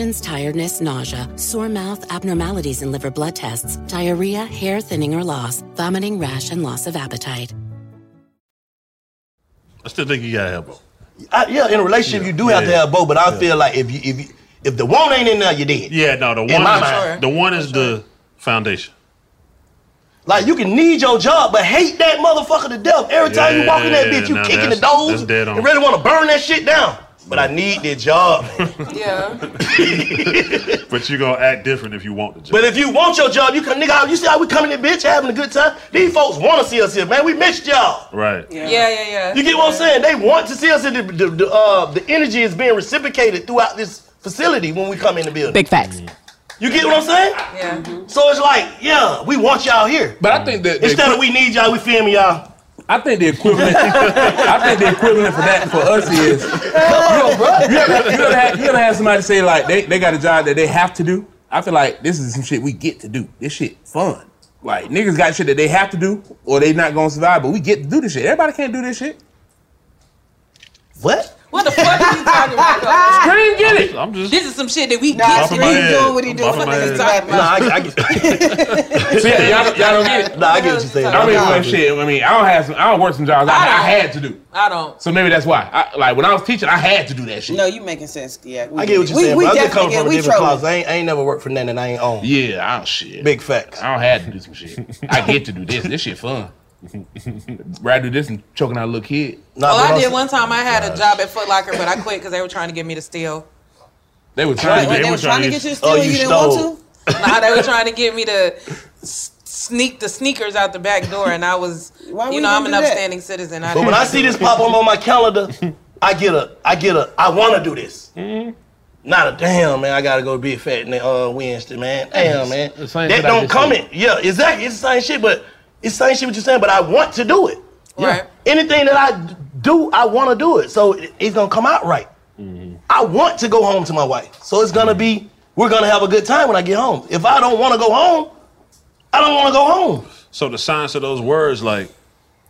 S1: tiredness, nausea, sore mouth, abnormalities in liver blood tests, diarrhea, hair thinning or loss, vomiting, rash, and loss of appetite.
S6: I still think you gotta help him.
S8: I, yeah, in a relationship, you do have to
S6: Yeah.
S8: have both, but I
S6: Yeah.
S8: feel like if you if you, if the one ain't in there, you dead.
S6: Yeah, no, the
S8: In
S6: one,
S8: my
S6: is,
S8: mind.
S6: the one is the foundation.
S8: Like you can need your job, but hate that motherfucker to death. Every time you walk in that
S6: Yeah,
S8: bitch, you
S6: nah,
S8: kicking the
S6: that's- that's
S8: doors
S6: dead on.
S8: and really want to burn that shit down. But I need
S7: [LAUGHS]
S8: that job.
S4: Yeah.
S6: [LAUGHS] But you're gonna act different if you want to.
S8: But if you want your job, you come, nigga. how- You see how we coming in, bitch, having a good time. These folks want to see us here, man. We missed y'all.
S6: Right.
S4: Yeah, yeah, yeah.
S8: You get what I'm saying? They want to see us. in The, the, the, uh, the energy is being reciprocated throughout this facility when we come in the building.
S10: Big facts.
S8: You get what I'm saying?
S4: Yeah.
S8: So it's like, yeah, we want y'all here.
S7: But I think that
S8: instead of we need y'all, we feel me y'all.
S7: I think the equivalent. I think the equivalent for that for us is. You ever, you, ever had, you ever had somebody say like they, they got a job that they have to do? I feel like this is some shit we get to do. This shit fun. Like niggas got shit that they have to do or they not gonna survive, but we get to do this shit. Everybody can't do this shit.
S8: What?
S4: What the fuck are you talking
S9: [LAUGHS]
S4: about?
S7: Scream, get it.
S6: I'm just.
S4: This is some shit that we
S9: Nah,
S4: get
S9: he
S4: to
S9: doing
S4: do.
S9: what he doing. What the fuck is
S4: head.
S9: talking
S7: [LAUGHS]
S9: about?
S8: I, I get.
S7: So yeah, y'all, don't- y'all don't get it.
S8: Nah, I get what you're saying.
S7: I mean, well, shit. I mean, I don't have some. I don't work some jobs I, I had to do.
S4: I don't.
S7: So maybe that's why. I, like when I was teaching, I had to do that shit.
S9: No, you making sense. Yeah, we,
S8: I get what you're
S9: we,
S8: saying,
S9: We
S8: but I'm just coming
S9: definitely get,
S8: from a
S9: we
S8: different
S9: trolling.
S8: closet. I ain't, I ain't never worked for nothing that I ain't own.
S7: Yeah, I don't shit.
S8: Big facts.
S7: I don't have to do some shit. I get to do this. This shit fun. [LAUGHS] Rather do this and choking out a little kid.
S9: Oh,
S4: well, I did one time. I had a job at Foot Locker, but I quit because they were trying to get me to steal.
S7: They were
S9: Wait,
S7: trying.
S9: wait, they were trying to get
S8: Oh,
S9: you to steal and you didn't
S7: Oh,
S9: want to?
S4: nah, they were trying to get me to s- sneak the sneakers out the back door, and I was,
S9: would
S4: you
S9: you
S4: know, I'm an
S9: do that?
S4: upstanding citizen. I
S8: But when
S4: didn't
S8: I
S4: do
S8: see
S4: it.
S8: this pop up on my calendar, I get a, I get a, I want to do this.
S7: Mm-hmm.
S8: Not a damn man. I gotta go to Big Fat ne- uh, Wednesday, man. Damn man.
S7: the same
S8: That
S7: shit I
S8: don't
S7: just
S8: come in.
S7: said.
S8: Yeah, exactly. It's the same shit, but it's the same shit what you're saying. But I want to do it.
S4: Right.
S8: Anything that I do, I want to do it. So it- it's gonna come out right. I want to go home to my wife. So it's gonna be, we're gonna have a good time when I get home. If I don't want to go home, I don't want to go home.
S6: So the science of those words, like,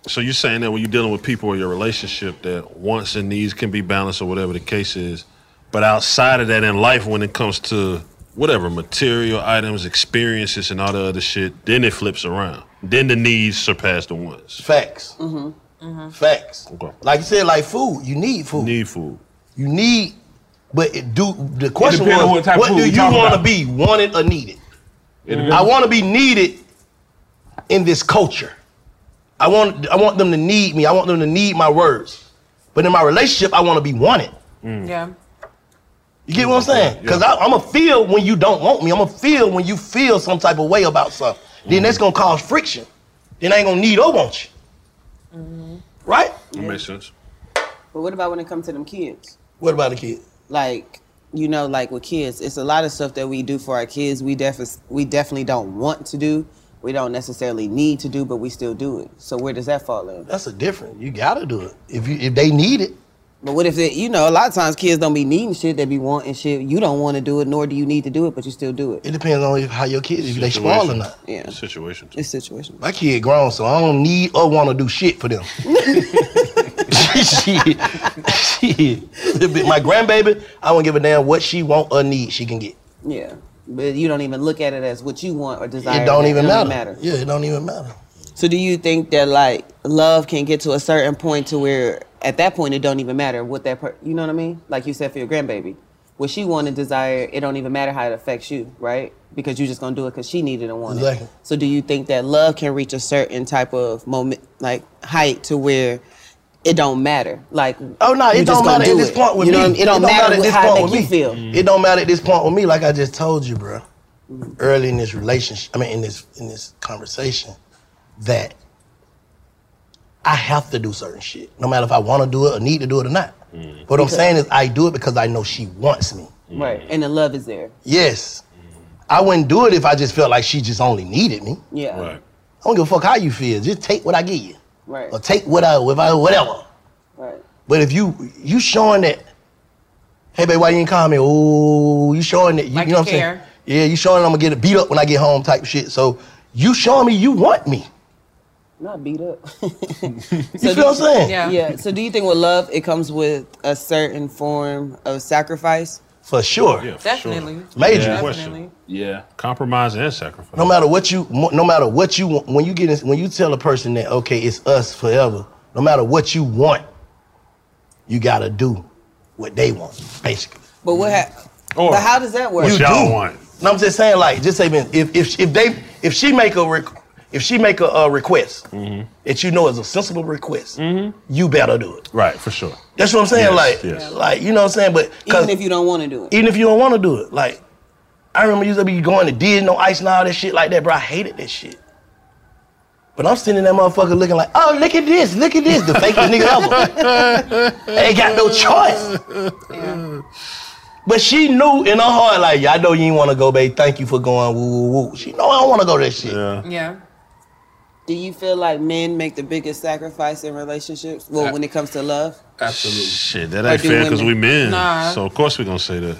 S6: so you're saying that when you're dealing with people or your relationship, that wants and needs can be balanced or whatever the case is, but outside of that in life, when it comes to whatever material items, experiences, and all the other shit, then it flips around. Then the needs surpass the wants.
S8: Facts. Facts. Like you said, like food. You need food.
S6: Need food.
S8: You need, but it do the question was,
S7: depends on
S8: what,
S7: what type of food
S8: do
S7: we
S8: you
S7: talking
S8: want to
S7: about.
S8: be, wanted or needed?
S7: depends.
S8: I want to be needed in this culture. I want I want them to need me. I want them to need my words. But in my relationship, I want to be wanted.
S4: Yeah.
S8: You get what I'm saying? Because I'm gonna feel when you don't want me. I'm gonna feel when you feel some type of way about something. Then that's gonna cause friction. Then I ain't gonna need or want you. Right?
S6: That makes sense.
S9: But what about when it comes to them kids?
S8: What about the kid?
S9: Like, you know, like with kids, it's a lot of stuff that we do for our kids. We def- we definitely don't want to do. We don't necessarily need to do, but we still do it. So where does that fall in?
S8: That's a different. You gotta do it if you if they need it.
S9: But what if they, you know, a lot of times kids don't be needing shit. They be wanting shit. You don't want to do it, nor do you need to do it, but you still do it.
S8: It depends on if, how your kids if they spoiled or not.
S9: Yeah.
S6: Situation.
S9: It's situational.
S8: My kid grown, so I don't need or want to do shit for them. [LAUGHS] shit, shit. If it- My grandbaby, I don't give a damn what she want or need. She can get.
S9: Yeah. But you don't even look at it as what you want or desire.
S8: It don't even matter.
S9: matter.
S8: Yeah, it don't even matter.
S9: So do you think that like love can get to a certain point to where at that point it don't even matter what that per- you know what I mean? Like you said for your grandbaby, what she wanted and desire, it don't even matter how it affects you, right? Because you're just gonna do it because she needed and wanted.
S8: Exactly.
S9: So do you think that love can reach a certain type of moment, like height, to where it don't matter? Like
S8: Oh no,
S9: you
S8: it
S9: just
S8: don't
S9: gonna
S8: matter
S9: do
S8: at this
S9: it.
S8: point with
S9: you
S8: me.
S9: know what I mean? It don't matter,
S8: at
S9: with
S8: this
S9: how it
S8: point
S9: make
S8: with
S9: you
S8: me.
S9: feel.
S8: It don't matter at this point with me. Like I just told you, bro. Early in this relationship, I mean, in this in this conversation, that I have to do certain shit, no matter if I want to do it or need to do it or not. What I'm
S9: Okay.
S8: saying is, I do it because I know she wants me.
S9: Right. And the love is there.
S8: Yes, I wouldn't do it if I just felt like she just only needed me.
S9: Yeah.
S8: I don't give a fuck how you feel. Just take what I give you,
S9: Right.
S8: or take what I, if I whatever.
S9: Right.
S8: But if you you showing that, hey babe, why you ain't call me? Oh, you showing that you,
S4: Like
S8: you know
S4: you
S8: what I'm
S4: care.
S8: saying? Yeah, you showing I'm gonna get beat up when I get home type shit. So you showing me you want me.
S9: Not beat up. [LAUGHS]
S8: You feel what I'm saying?
S9: Yeah. yeah. So do you think with love it comes with a certain form of sacrifice?
S8: For sure.
S6: Yeah, for
S9: Definitely.
S6: Sure.
S8: Major.
S6: Yeah.
S8: Definitely.
S6: Question. Yeah. Compromise and sacrifice.
S8: No matter what you mo- no matter what you want, when you get in, when you tell a person that okay, it's us forever, no matter what you want, you gotta do what they want, basically.
S9: But what happened? but how does that work?
S8: You do. No, I'm just saying, like, just say, man, if if if they if she make a requ if she make a, uh request
S7: Mm-hmm.
S8: that you know is a sensible request, you better do it.
S6: Right, for sure.
S8: That's what I'm saying.
S6: Yes,
S8: like,
S6: yes.
S8: like you know what I'm saying. But 'cause-
S9: Even if you don't want to do it.
S8: even if you don't want to do it, like, I remember used to be going to Disney on ice and all that shit like that, bro. I hated that shit. But I'm sitting in that motherfucker looking like, oh, look at this, look at this, the fakest nigga
S6: [LAUGHS]
S8: ever. ain't got no choice.
S7: [LAUGHS]
S8: But she knew in her heart, like, yeah, I know you ain't want to go, babe. Thank you for going, woo, woo, woo. She know I don't want to go to that shit.
S9: Yeah. Do you feel like men make the biggest sacrifice in relationships? Well, when it comes to love,
S6: Absolutely. Shit, that
S9: Or
S6: ain't
S9: do
S6: fair because we
S9: women?
S6: men.
S9: Nah.
S6: So of course we're gonna say that.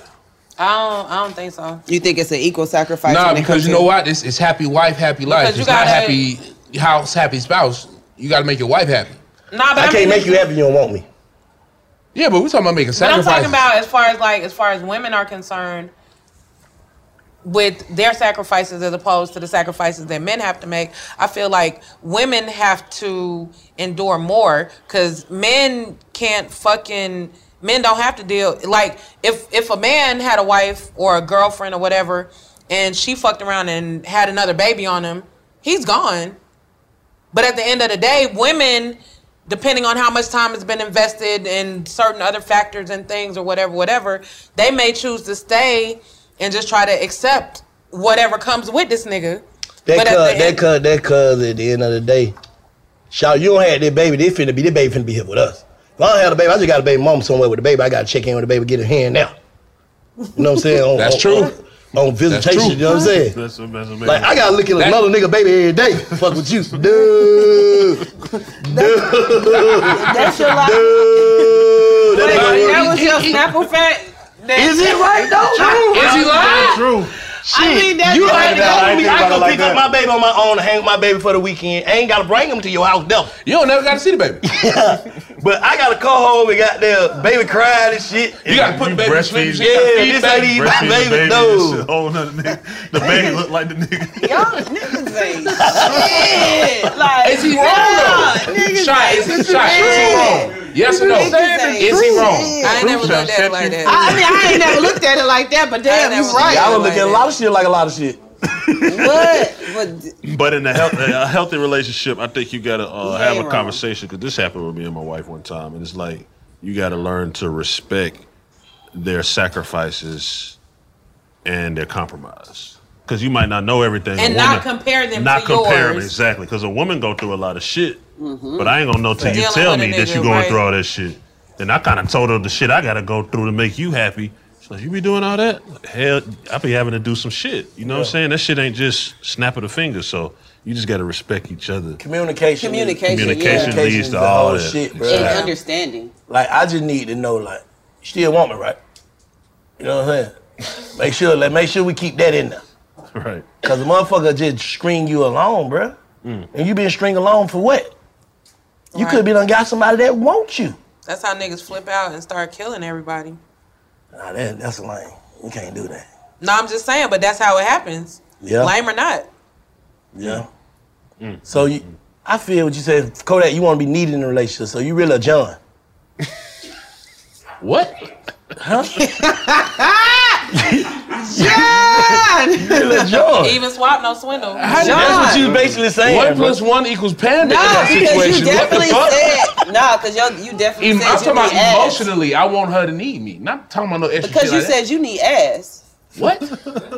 S9: I don't. I don't think so. You think it's an equal sacrifice?
S7: Nah,
S9: when it comes
S7: because you
S9: to-
S7: know what? It's, it's happy wife, happy life.
S9: Because you
S7: It's not
S9: gotta-
S7: happy house, happy spouse. You got to make your wife happy.
S4: Nah, but I I'm- can't make you
S8: happy. You don't want me.
S7: Yeah, but we talking about making
S4: But I'm
S7: sacrifices.
S4: talking about as far as like as far as women are concerned with their sacrifices as opposed to the sacrifices that men have to make. I feel like women have to endure more cuz men can't fucking men don't have to deal like if if a man had a wife or a girlfriend or whatever and she fucked around and had another baby on him, he's gone. But at the end of the day, women, depending on how much time has been invested in certain other factors and things or whatever, whatever, they may choose to stay and just try to accept whatever comes with this nigga.
S8: That
S4: at
S8: cuz,
S4: the
S8: that
S4: end-
S8: cuz, that cuz at the end of the day. Shout, you don't have that baby, they finna be, that baby finna be here with us. If I don't have a baby, I just got a baby mama somewhere with a baby. I gotta check in with the baby, get a hand now. You know what
S7: [LAUGHS]
S8: I'm saying? Oh, On-
S7: That's
S8: on-
S7: true.
S8: On, on visitation, you know what I'm saying?
S6: That's what, that's what
S8: Like I gotta look at another nigga baby every day. Fuck with you, dude. dude.
S9: [LAUGHS] That's your
S8: [LAUGHS]
S9: life.
S8: Dude. That ain't gonna work.
S4: that was your Snapple fact.
S8: Is it right though?
S4: Is he lying?
S8: True. Shit,
S4: I mean, that's
S8: you
S4: right
S8: ain't
S4: about
S8: got
S4: it.
S8: me. I
S4: I
S8: go
S4: ain't think about it
S8: pick
S4: like
S8: up my baby on my own, and hang with my baby for the weekend. I ain't gotta bring him to your house, though.
S7: You don't never gotta see the baby.
S8: [LAUGHS] but I gotta call home and got there, baby crying and shit.
S6: You gotta put the baby to sleep.
S8: Yeah, this ain't even my baby,
S6: though.
S8: though.
S6: whole nother nigga. The baby look like the nigga.
S9: Y'all niggas ain't shit. Like,
S7: Is he
S9: bruh,
S7: wrong though?
S9: Niggas
S7: Shy,
S9: ain't
S7: is he shy? Is he wrong? Yes or no?
S9: Niggas ain't
S7: Is he wrong?
S9: shit. I ain't never
S7: Proof
S9: looked
S7: shall
S9: at it
S7: set you
S9: like
S7: free.
S9: that. I mean, I ain't never looked at it like that, but damn, you right.
S8: Y'all look at a lot of shit like a lot of shit.
S9: What? But
S6: But in a, health, a healthy relationship, I think you gotta uh,
S9: Yeah,
S6: have a
S9: right.
S6: conversation because this happened with me and my wife one time, and it's like you gotta learn to respect their sacrifices and their compromise because you might not know everything. A
S4: And not
S6: woman-
S4: compare them
S6: not
S4: to
S6: compare them,
S4: yours.
S6: exactly because a woman go through a lot of shit, but I ain't gonna know till you
S4: Dealing
S6: tell
S4: with a
S6: me that
S4: nigga,
S6: you going
S4: right.
S6: through all that shit. And I kind of told her the shit I gotta go through to make you happy. She's like, you be doing all that? Hell, I be having to do some shit. You know what I'm saying? That shit ain't just snap of the finger. So you just gotta respect each other.
S8: Communication.
S9: Communication,
S6: Communication
S9: yeah.
S6: leads
S8: is
S6: to
S8: the
S6: all
S8: whole
S6: that.
S8: shit, bro.
S9: and
S8: Yeah.
S9: understanding.
S8: Like I just need to know, like, you still want me, right? You know what I'm saying? Make sure, like, make sure we keep that in there.
S6: [LAUGHS] Right.
S8: Cause the motherfucker just string you along, bruh.
S6: Mm.
S8: And you been string along for what? You could be done got somebody that wants you.
S4: That's how niggas flip out and start killing everybody.
S8: Nah, that, that's lame. You can't do that.
S4: No, I'm just saying, but that's how it happens.
S8: Yeah.
S4: Lame or not.
S8: Yeah.
S6: Mm.
S8: So you, I feel what you said, Kodak. You want to be needed in a relationship, so you really
S6: [LAUGHS]
S8: a John.
S7: what?
S8: Huh?
S9: [LAUGHS]
S6: Ah!
S9: John!
S7: [LAUGHS]
S8: really a
S9: [LAUGHS]
S8: John.
S4: Even swap, no swindle.
S6: Ah!
S8: How did- That's what you basically saying.
S7: One
S8: bro.
S7: plus one equals panda in
S9: No,
S7: that
S9: because
S7: situation.
S9: you
S7: What the
S9: definitely
S7: fuck?
S9: said no, because you definitely
S7: Em- I'm
S9: said
S7: talking
S9: you
S7: about
S9: need ass
S7: emotionally. I want her to need me. Not talking about no extra
S9: because
S7: shit
S9: you
S7: like
S9: said you need ass.
S7: What?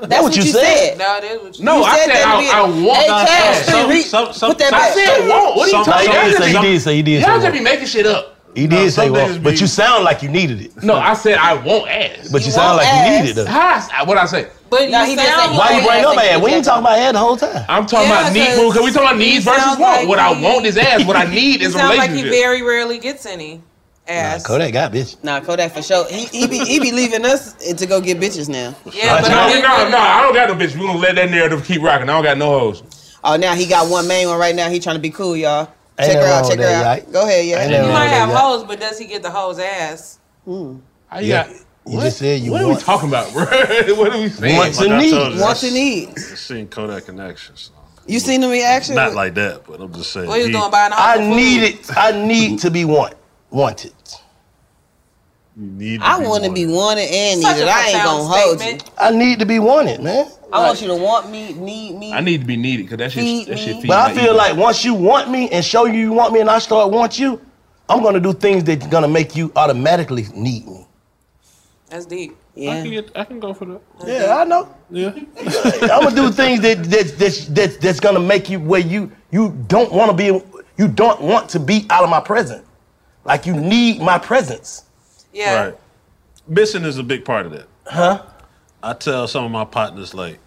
S9: That's what, you said.
S4: No, it is what you
S7: No,
S9: You
S7: I
S9: said
S7: said,
S9: that to be-
S7: I, I want.
S9: Hey, Chad, Some- re-
S6: some-
S9: some- put that some-
S7: I
S9: back.
S7: said want. What are you
S8: Some-
S7: talking
S8: he
S7: about?
S8: did
S7: Y'all
S8: say-
S7: just
S8: he
S7: be-
S8: did say- he did say
S7: Y'all just
S8: want.
S7: be making shit up.
S8: He did say
S7: some
S8: well,
S7: niggas
S8: but
S7: be-
S8: you sound like you needed it.
S7: No, I said I want ass.
S8: But you sound like you needed it.
S7: How? I- What I say?
S4: But
S9: No,
S4: you
S9: he just said
S4: sound
S9: he
S8: Why you
S4: like
S8: bring up ad? We ain't talking about ad the whole time.
S7: I'm talking
S4: Yeah,
S7: about need.
S4: 'cause
S7: Because we talking about
S4: he
S7: needs versus
S4: sounds
S7: want.
S4: like
S7: what I
S4: he-
S7: want is ass. What I need
S4: [LAUGHS] he
S7: is a
S4: sounds like he
S7: relationship.
S4: very rarely gets any ass.
S8: Kodak got bitch.
S9: Nah, Kodak for sure. He, he be he be leaving us to go get bitches now.
S4: Yeah, but
S7: no,
S4: I
S7: we-
S4: mean,
S7: no, no, I don't got no bitch. We gonna let that narrative keep rocking. I don't got no hoes.
S9: Oh, now he got one main one right now. He trying to be cool, y'all.
S7: Ain't
S9: check her
S7: nothing wrong
S9: out. Check
S7: with
S9: her
S7: that,
S9: out.
S7: right?
S9: Go ahead, yeah.
S7: Ain't nothing
S4: he
S7: wrong
S4: might
S7: with
S4: have
S7: that.
S4: hoes, but does he get the hoes ass?
S7: How you
S8: Yeah.
S7: got?
S8: You just said you
S7: What are we
S8: want.
S7: talking about,
S6: [LAUGHS]
S7: bro? [LAUGHS] what are we saying?
S8: Wants and
S6: I told
S8: needs.
S6: you,
S9: Wants
S6: that's-
S9: and needs.
S6: I've seen Kodak in action. so.
S9: You seen the reaction?
S6: Not like that, but I'm just saying.
S4: What he Oh, was
S6: he-
S4: doing buying a house?
S8: I
S4: for food?
S8: need it. I need to be want, wanted.
S6: You need
S9: I want to be wanted and
S6: Such
S9: needed.
S6: a
S9: I ain't gonna
S6: profound
S9: hold
S6: statement.
S9: you.
S8: I need to be wanted, man.
S9: I want you to want me, need me.
S7: I need to be needed because that
S9: Feed
S7: shit, that shit feeds
S8: But I
S7: my
S8: feel
S7: ego.
S8: like once you want me and show you you want me and I start want you, I'm gonna do things that's gonna make you automatically need me.
S4: That's deep.
S8: Yeah.
S6: I can, get, I can go for that.
S8: Yeah, I know.
S6: Yeah.
S8: I'm gonna do things that that's that's that's that's gonna make you where you you don't want to be you don't want to be out of my presence. Like you need my presence.
S4: Yeah.
S6: Right. Missing is a big part of that.
S8: Huh?
S6: I tell some of my partners like,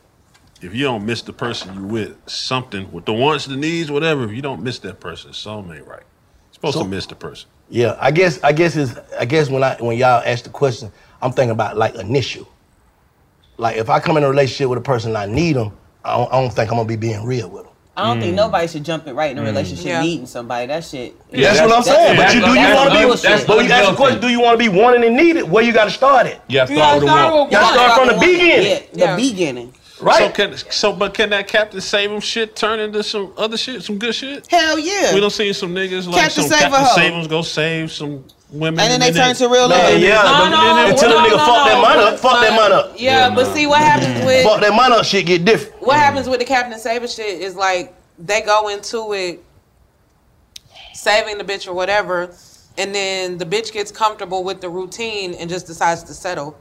S6: if you don't miss the person you with, something with the wants, the needs, whatever, if you don't miss that person, something ain't right. You're supposed to miss the person.
S8: Yeah, I guess I guess is I guess when I when y'all ask the question, I'm thinking about like initial. Like if I come in a relationship with a person and I need them, I don't, I don't think I'm gonna be being real with them.
S9: I don't think nobody should jump it right in a
S8: Mm.
S9: relationship
S8: Yeah.
S9: needing somebody. That shit.
S8: Yeah, that's, what I'm saying. but you do you want to be? but when you ask the question, do you want to be wanted and needed? Where you got to start it?
S6: You gotta You start gotta with a start want. with
S8: You gotta
S6: want.
S8: start from the beginning.
S9: Yeah, the Yeah. beginning.
S6: So can so but can that Captain Save him shit turn into some other shit, some good shit?
S9: Hell yeah.
S6: We don't see some niggas like
S9: Captain
S6: some
S9: Save a
S6: Captain
S9: hoe.
S6: Save 'Em's go save some women.
S9: And then they turn to real
S8: niggas. yeah, but
S4: no,
S8: then until
S4: no,
S8: the nigga
S4: no,
S8: fuck that
S4: no.
S8: man up, fuck that man up.
S4: Yeah, but see what happens with
S8: Mm. Fuck that man up shit get different.
S4: what happens with the Captain Saber shit is like they go into it saving the bitch or whatever, and then the bitch gets comfortable with the routine and just decides to settle.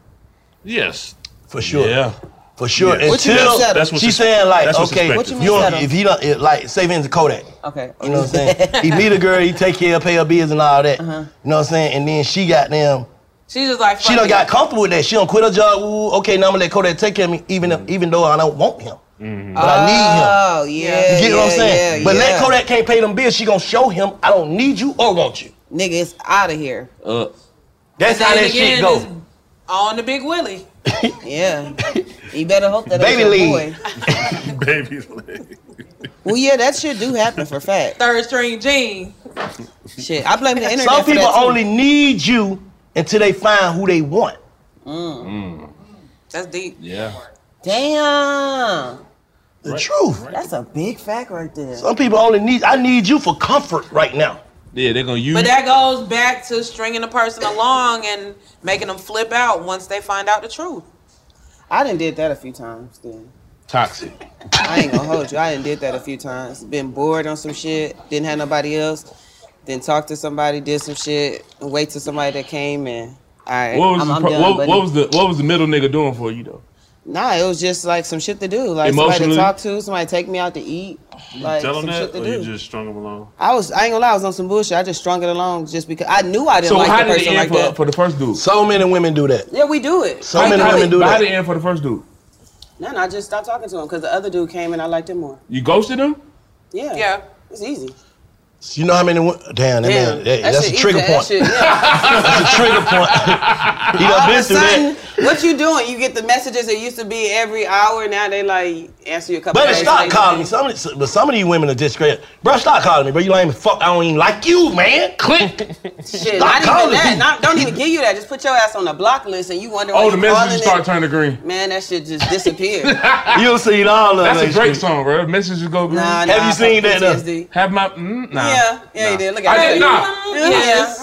S6: Yes.
S8: For sure.
S6: Yeah.
S8: For sure.
S6: Yeah. What you mean
S8: Until
S6: settle? That's what's
S8: she's
S6: expe-
S8: saying like,
S6: that's what's
S8: okay,
S6: expected. What you mean
S8: you don't,
S6: settle?
S8: if he don't it, like savings a Kodak.
S9: Okay.
S8: You know
S6: [LAUGHS]
S8: what I'm saying?
S4: [LAUGHS]
S8: he meet a girl, he take care, pay her bills and all that.
S6: Uh-huh.
S8: You know what I'm saying? And then she got them.
S4: She's just like
S8: She
S4: fuck
S8: done
S4: it.
S8: got comfortable with that. She done quit her job. Ooh, okay, now I'm gonna let Kodak take care of me, even if, even though I don't want him.
S6: Mm-hmm.
S8: But I need him.
S9: Oh yeah.
S8: you get what I'm
S9: yeah,
S8: saying?
S9: yeah,
S8: but
S9: yeah.
S8: let Kodak can't pay them bills, she gonna show him I don't need you or want you.
S9: Nigga, it's out of here.
S6: Uh,
S4: [LAUGHS]
S8: That's how
S4: And
S8: that shit
S4: again,
S8: go.
S4: it's On the big Willie.
S9: Yeah. you better hope
S8: [LAUGHS]
S9: that
S8: Baby
S9: ain't your
S8: lead.
S9: boy.
S6: Baby
S8: [LAUGHS]
S9: Well, yeah, that shit do happen for fact.
S4: Third string Gene.
S9: Shit, I blame the internet.
S8: Some
S9: for
S8: people
S9: that, too.
S8: only need you until they find who they want.
S4: Mm. That's deep.
S6: Yeah.
S9: Damn.
S8: The truth.
S9: That's a big fact right there.
S8: Some people only need I need you for comfort right now.
S6: Yeah, they're gonna use
S4: But that goes back to stringing a person along and making them flip out once they find out the truth.
S9: I done did that a few times. Then
S6: toxic.
S9: I ain't gonna hold you. I done did that a few times. Been bored on some shit. Didn't have nobody else. Then talked to somebody. Did some shit. And wait till somebody that came in. All right,
S7: What was,
S9: I'm,
S7: the
S9: I'm
S7: pro-
S9: done.
S7: what,
S9: buddy.
S7: what was the what was the middle nigga doing for you though?
S9: Nah, it was just like some shit to do. Like somebody to
S7: Emotionally?
S9: talk to. Somebody take me out to eat. Like
S6: tell
S9: some
S6: them
S9: shit
S6: that,
S9: to
S6: or
S9: do.
S6: you just strung them along.
S9: I was. I ain't gonna lie. I was on some bullshit. I just strung it along just because I knew I didn't
S7: So
S9: like
S7: how
S9: the
S7: did it
S9: person
S7: end
S9: like
S7: for,
S9: that.
S7: for the first dude?
S8: So many women do that.
S9: Yeah, we do it.
S7: How- how did- but How
S9: No,
S7: did it end for the first dude?
S9: no, I just stopped talking to him because the other dude came and I liked him more.
S7: You ghosted him?
S9: Yeah. Yeah. It's easy.
S8: You know how many? wo- Damn, that
S9: Yeah.
S8: man, that-
S9: That
S8: that's
S9: shit
S8: a trigger
S9: easy. That
S8: point.
S9: shit, yeah.
S8: That's a trigger point.
S9: [LAUGHS]
S8: he done
S9: All of
S8: been
S9: a
S8: through that.
S9: sudden, what you doing? You get the messages that used to be every hour. Now they like answer you a couple.
S8: Brother,
S9: days
S8: stop
S9: later.
S8: calling me. Some of these, but some of these women are discreet. Bro, stop calling me, bro. You lame as fuck. I don't even like you, man. Click.
S9: Shit,
S8: Stop
S9: not even
S8: calling
S9: that.
S8: me.
S9: Not, don't even give you that. Just put your ass on the block list and you wonder. why
S7: Oh,
S9: you
S7: the
S9: calling
S7: messages
S9: it.
S7: start turning green.
S9: Man, that shit
S7: [LAUGHS]
S9: just disappeared.
S8: [LAUGHS] You'll see it all of
S7: That's
S8: that
S7: a great
S8: shit.
S7: song, bro. Messages go green.
S9: Nah, Have nah, you seen fuck that, though? PTSD.
S7: Have my mm, nah.
S9: Yeah, yeah, you did. Look at
S7: I did
S9: that.
S7: not.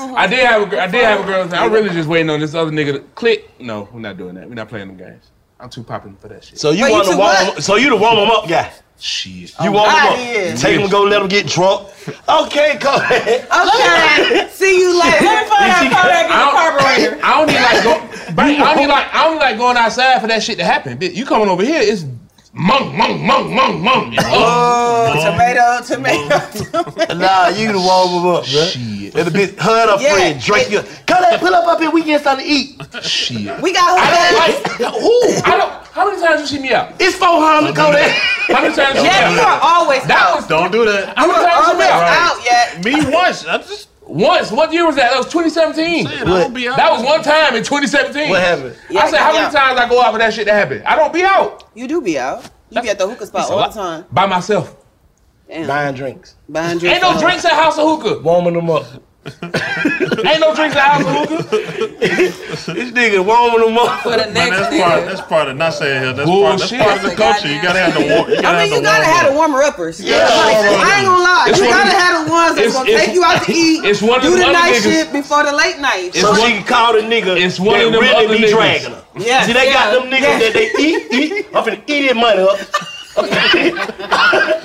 S9: Yeah.
S7: I did have a girl. I did have a girl. I am really just waiting on this other nigga to click. No, we're not doing that. We're not playing them games. I'm too popping for that shit.
S8: So you want to warm 'em- So you the warm them up guy.
S7: Jeez.
S9: Oh,
S8: You warm
S7: God,
S8: them
S7: yeah.
S8: up. Take them, go let them get drunk. Okay, go ahead.
S9: Okay. See you later. Let me find out how that
S7: I
S9: get a carburetor.
S7: don't, I don't need like go, bang, I don't need like I don't need like going outside for that shit to happen. Bitch, you coming over here? It's mung mung mung mung mung.
S9: Oh, tomato,
S8: [LAUGHS]
S9: tomato.
S8: Nah, you the warm them up, bro. Let the bitch hug her
S9: Yeah,
S8: friend, drink your. Come on, pull up up here. We get something to eat.
S7: Shit.
S9: We got
S7: I don't like who? I don't. How many times you see me out?
S8: It's 400. Go there.
S7: How many times you see me
S9: Yeah,
S7: out?
S9: you are always
S7: That
S9: out.
S7: was- don't do that. How
S9: You
S7: many
S9: are
S7: times you
S9: always
S7: been out?
S9: out. Yeah.
S7: Me once. I just once. What year was that? That was 2017.
S6: I don't be out.
S7: that was one time in 2017.
S8: What happened?
S9: Yeah,
S7: I said, how
S9: yeah.
S7: many times I go out for that shit to happen? I don't be out
S9: You do be out. You be at the hookah spot
S7: That's a
S9: all
S7: lot.
S9: the time.
S7: by myself.
S9: Damn.
S8: Buying drinks.
S9: Buying drinks.
S7: Ain't no drinks at House of Hookah.
S8: Warming them up.
S7: Ain't no drinks at
S6: [LAUGHS]
S7: house hookah.
S15: This nigga warming them up.
S4: For the next
S15: that's
S4: nigga.
S15: part, that's part of not saying here. That's part, that's
S7: Bullshit.
S15: part of the
S7: That's a
S15: culture. You gotta have the war. You gotta
S9: I
S15: have
S9: mean,
S15: the
S9: you gotta
S15: warm-up.
S9: have the warmer uppers.
S15: Yeah,
S9: Like,
S15: warmer
S9: I ain't gonna lie.
S15: uppers. It's
S9: you
S15: one
S9: gotta
S15: of the-
S9: have the ones that's
S15: it's-
S9: gonna
S15: it's-
S9: take you out to
S7: [LAUGHS]
S9: eat.
S7: it's one of
S9: do
S7: them
S9: the
S7: other
S9: night
S7: niggas-
S9: shit before the late night.
S7: it's one-
S16: She called a nigga
S7: It's one
S16: that
S7: of them
S16: really
S7: other
S16: be
S7: niggas.
S16: dragging her.
S9: Yeah.
S16: See, they got
S9: Yeah.
S16: them niggas that they eat, eat. I'm finna eat his money up.
S7: [LAUGHS]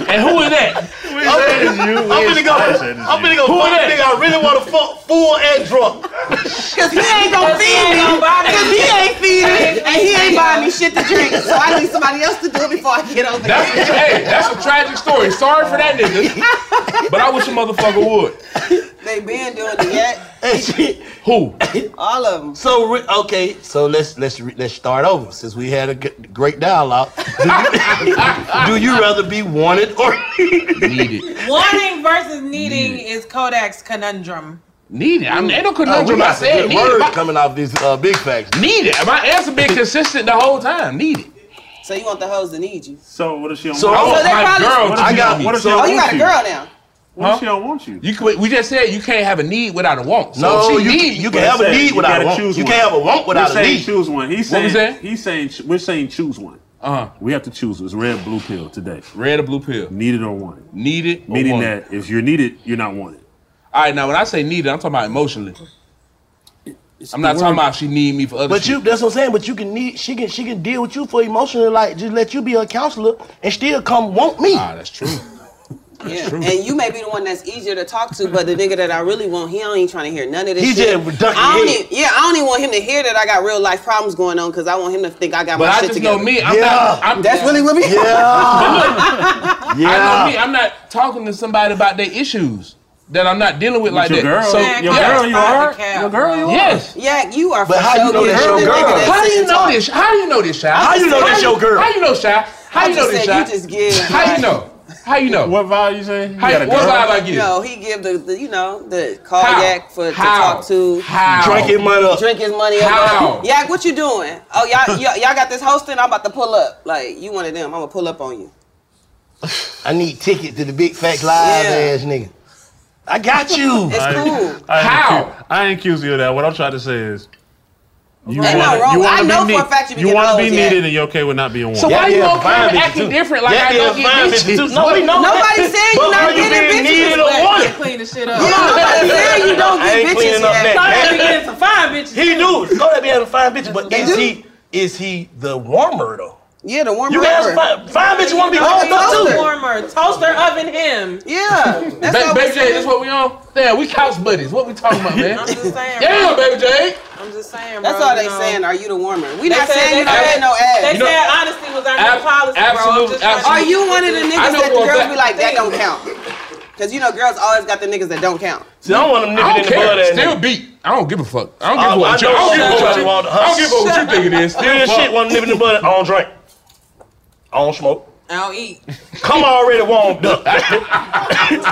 S7: And who is that?
S16: I'm finna, I'm finna go. I'm finna go.
S7: Who
S16: fuck
S7: that?
S16: a nigga I really want to fuck, full and drunk.
S9: Cause he ain't gonna feed me. Cause he ain't feeding and he ain't buying me shit to drink. [LAUGHS] So I need somebody else to do it before I get over
S7: That's
S9: there.
S7: hey, that's a tragic story. Sorry for that nigga. But I wish a motherfucker would.
S9: [LAUGHS] They been doing it yet.
S7: Who?
S9: All of them.
S8: So re- okay, so let's let's re- let's start over since we had a g- great
S9: [LAUGHS]
S8: dialogue. Do you, do you rather be wanted or [LAUGHS]
S7: needed?
S4: Wanting versus needing is Kodak's conundrum.
S7: Needed. I mean, ain't no
S8: we
S7: conundrum. I
S8: got some
S7: said
S8: good
S7: needed.
S8: words
S7: My-
S8: coming off these uh, big facts.
S7: Needed. My answer been consistent the whole time. Needed.
S9: So you want the hoes to need you.
S7: So what if she
S9: don't So- want you?
S7: I
S9: So
S7: want
S9: they
S7: my
S9: probably-
S7: girl.
S9: What if
S7: to
S9: she don't-
S7: need
S9: what
S7: me.
S9: if she don't Oh, you want got a you? girl now.
S7: What if she don't want you? You can- we just said you can't have a need without a want. So
S8: No,
S7: if she
S8: you-
S7: need,
S8: you can have a need without a want. You can't have a want without
S6: we're
S8: a
S6: saying
S8: need.
S6: Choose one. He's
S8: What
S6: saying,
S8: we saying?
S6: He's saying ch- we're saying choose one.
S7: Uh huh.
S6: We have to choose. It's red, blue pill today.
S7: Red or blue pill.
S6: Needed or wanted.
S7: Needed. or
S6: Meaning
S7: wanted.
S6: that if you're needed, you're not wanted.
S7: All right, now when I say needed, I'm talking about emotionally. I'm
S6: the
S7: not talking
S6: word.
S7: about she need me for other.
S8: But
S7: shit.
S8: you, that's what I'm saying. But you can need, she can, she can deal with you for emotional, like just let you be her counselor and still come want me. Ah,
S7: that's true.
S9: Yeah. And you may be the one that's easier to talk to, but the nigga that I really want, he don't even trying to hear none of this
S8: He
S9: shit.
S8: just duck
S9: I don't
S8: your head.
S9: even, yeah, I don't even want him to hear that I got real life problems going on because I want him to think I got
S7: But
S9: my
S7: I
S9: shit
S7: just know
S9: together.
S7: me, I'm Yeah. not- I'm-
S9: that's really what we
S7: Yeah. I know me.
S9: Yeah.
S7: I'm not talking to somebody about their issues that I'm not dealing with, like
S6: your
S7: that.
S6: girl.
S7: So
S6: Man, your
S7: yeah.
S6: girl you are. Your girl you are.
S7: Yes.
S9: Yeah, [LAUGHS] you are.
S7: But
S9: for
S7: how
S9: sure
S7: you know
S9: good.
S7: that's your
S9: You're the nigga
S7: girl?
S9: that
S7: How do you
S9: sits
S7: know
S9: talk.
S7: this? How do you know this, Shy?
S9: How you know that's your girl?
S7: How you know, Shy? How
S9: I
S7: you know
S9: just
S7: this,
S9: said
S7: Shy?
S9: you just give,
S7: How you
S9: like-
S7: know? How you know? What
S6: vibe you say?
S7: How, what vibe I give?
S9: No, he give the, the you know the call Yak for to talk to.
S7: How? Drink his money up.
S9: Drink his money up.
S7: How?
S9: Yak, what you doing? Oh y'all, y'all, y'all got this hosting. I'm about to pull up. Like you one of them. I'm gonna pull up on you.
S8: I need ticket to the big facts live
S9: Yeah.
S8: ass nigga. I got you.
S9: It's cool.
S6: I ain't
S9: How?
S6: accu- I ain't accusing you of that. What I'm trying to say is. You wanna-
S9: Ain't nothing wrong
S6: you
S9: with-
S6: wanna
S9: I
S6: be
S9: know for
S6: need-
S9: a fact you be
S6: You
S9: getting
S6: want to be
S9: those, yeah.
S6: needed and you're okay with not being wanted.
S7: So why you on
S6: fine,
S7: camera
S6: bitches,
S7: acting
S6: too.
S7: different like
S6: Yeah,
S7: I don't
S6: yeah,
S7: get
S6: fine,
S7: bitches?
S6: bitches, too.
S7: What-
S9: Nobody saying you
S6: But
S9: not
S6: are you
S9: getting
S6: being
S9: bitches.
S6: needed or
S9: Like,
S6: wanted?
S4: Clean the shit
S9: Yeah,
S4: up.
S9: nobody saying you don't
S8: I
S9: get
S8: ain't
S9: bitches.
S8: cleaning up
S9: Yak.
S8: that.
S4: Go ahead and get some fine bitches.
S8: He do. Go ahead be having fine bitches, but is he is he the warmer though?
S9: Yeah, the warmer.
S8: You guys fine- fine bitch wanna be warmed up, too.
S4: Warmer, toaster oven him.
S9: [LAUGHS] Yeah,
S7: Ba- baby J, that's what we on. Damn, we couch buddies. What we talking about,
S9: [LAUGHS]
S7: man? I'm just saying. Yeah, baby J.
S4: I'm just saying.
S9: That's
S4: bro,
S9: all
S4: you
S9: they
S4: know.
S9: saying. Are you the warmer? We
S4: They
S9: not
S4: said-
S9: saying
S4: they
S9: you don't
S4: said-
S9: had no ass.
S4: They
S7: You know-
S4: said honesty was our
S7: Ab-
S4: new policy, bro. I'm
S7: absolute-
S4: just trying to-
S9: Are you one of the
S4: I
S9: niggas
S4: know
S9: that
S4: for
S9: the
S4: a
S9: girls
S4: fact-
S9: be like, that don't
S4: [LAUGHS]
S9: count? Because you know, girls always got the niggas that don't count.
S8: See, I
S7: [LAUGHS]
S8: don't want them
S7: I
S8: niggas
S7: don't
S8: in the butt
S7: care.
S8: ass
S7: Still
S8: nigga.
S7: beat. I don't give a fuck. I
S8: Uh,
S7: don't give a fuck.
S8: I
S7: I
S8: know
S7: don't give a
S8: somebody
S7: fuck. what you-
S8: want to
S7: I don't give a fuck what you
S8: hustle.
S7: think it is. Still
S8: Real
S7: fuck.
S8: shit, want them niggas in the butt. I don't drink. I don't smoke.
S4: I don't eat.
S8: Come already warmed up. Come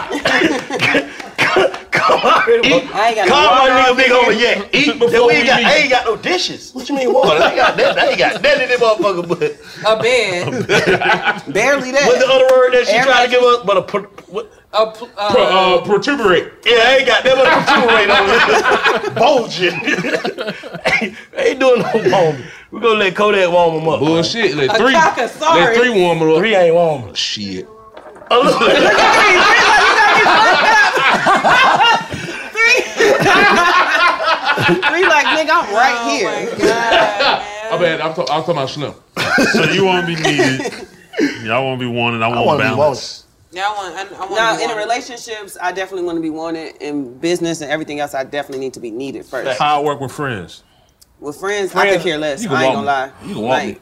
S8: already warmed
S9: I ain't got
S8: Come
S9: no
S8: my
S9: water
S8: nigga
S9: out
S8: big
S9: here.
S8: over yet.
S7: Eat
S8: Then
S7: before
S8: we
S7: we
S8: ain't got,
S7: leave.
S8: I ain't got no dishes. What you mean water? I ain't got that. I ain't got that in that motherfucker. But [LAUGHS]
S4: A bed.
S9: Barely that.
S8: What the other word that she tried to give us? But a pr- what?
S4: A pl- uh,
S8: Pro- uh,
S7: protuberate.
S8: Yeah, I ain't got that but a protuberate on it. [LAUGHS] Bulging. ain't doing no warming. We gonna let Kodak warm him up.
S7: [LAUGHS] Bullshit. Let
S8: A
S7: three.
S8: cock is sorry.
S7: Let three warm her up. Three
S8: ain't warm.
S7: Shit.
S8: Oh, look. Look
S6: [LAUGHS]
S9: Three like, nigga, I'm right
S4: Oh,
S9: here.
S7: I bet I'm, talk- I'm talking about Slim.
S6: So you want to be
S9: [LAUGHS]
S6: needed. Y'all want to be wanted. I want
S7: wanna be
S6: balance.
S4: Now I want. I, I want
S9: Now, in relationships, I definitely want to be wanted. In business and everything else, I definitely need to be needed first.
S6: How I work with friends.
S9: With friends, I
S7: Friends,
S9: could care less.
S7: you can
S9: I ain't
S7: want
S9: gonna lie.
S7: me. You can want me.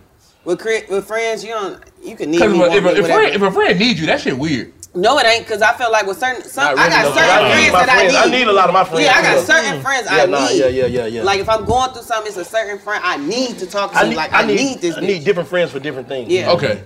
S9: With, cre- with friends, you don't. You can need me,
S7: Because
S9: want
S7: if,
S9: me,
S7: a- if, a
S9: whatever.
S7: friend- if a friend needs you, that shit weird.
S9: No, it ain't. Cause I feel like with certain, some, I
S7: really,
S9: got
S7: though, 'cause
S9: certain
S7: I need
S9: friends
S7: my
S9: that
S7: friends.
S9: I
S7: I
S9: need.
S7: need a lot of my friends, Mm.
S9: Yeah, I got
S7: though.
S9: certain friends
S8: Yeah,
S9: I
S8: nah,
S9: need.
S8: yeah, yeah, yeah, yeah.
S9: Like if I'm going through something, it's a certain friend I need to talk to.
S8: I need,
S9: like
S8: I need,
S9: this.
S8: I
S9: bitch.
S8: need different friends for different things.
S9: Yeah.
S7: Okay.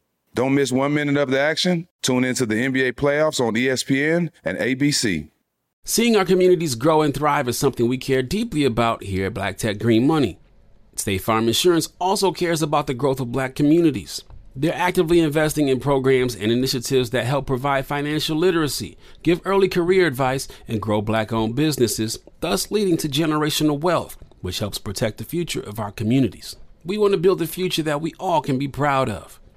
S12: Don't miss one minute of the action. Tune into the NBA playoffs on E ESPN and ABC.
S13: Seeing our communities grow and thrive is something we care deeply about here at Black Tech Green Money. State Farm Insurance also cares about the growth of black communities. They're actively investing in programs and initiatives that help provide financial literacy, give early career advice, and grow black owned businesses, thus leading to generational wealth, which helps protect the future of our communities. We want to build a future that we all can be proud of.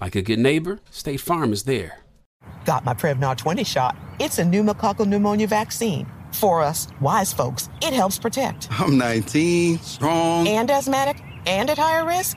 S13: Like a good neighbor, State Farm is there.
S10: Got my Prevnar 20 shot. It's a pneumococcal pneumonia vaccine. For us, wise folks, it helps protect.
S14: I'm 19, strong.
S10: And asthmatic, and at higher risk.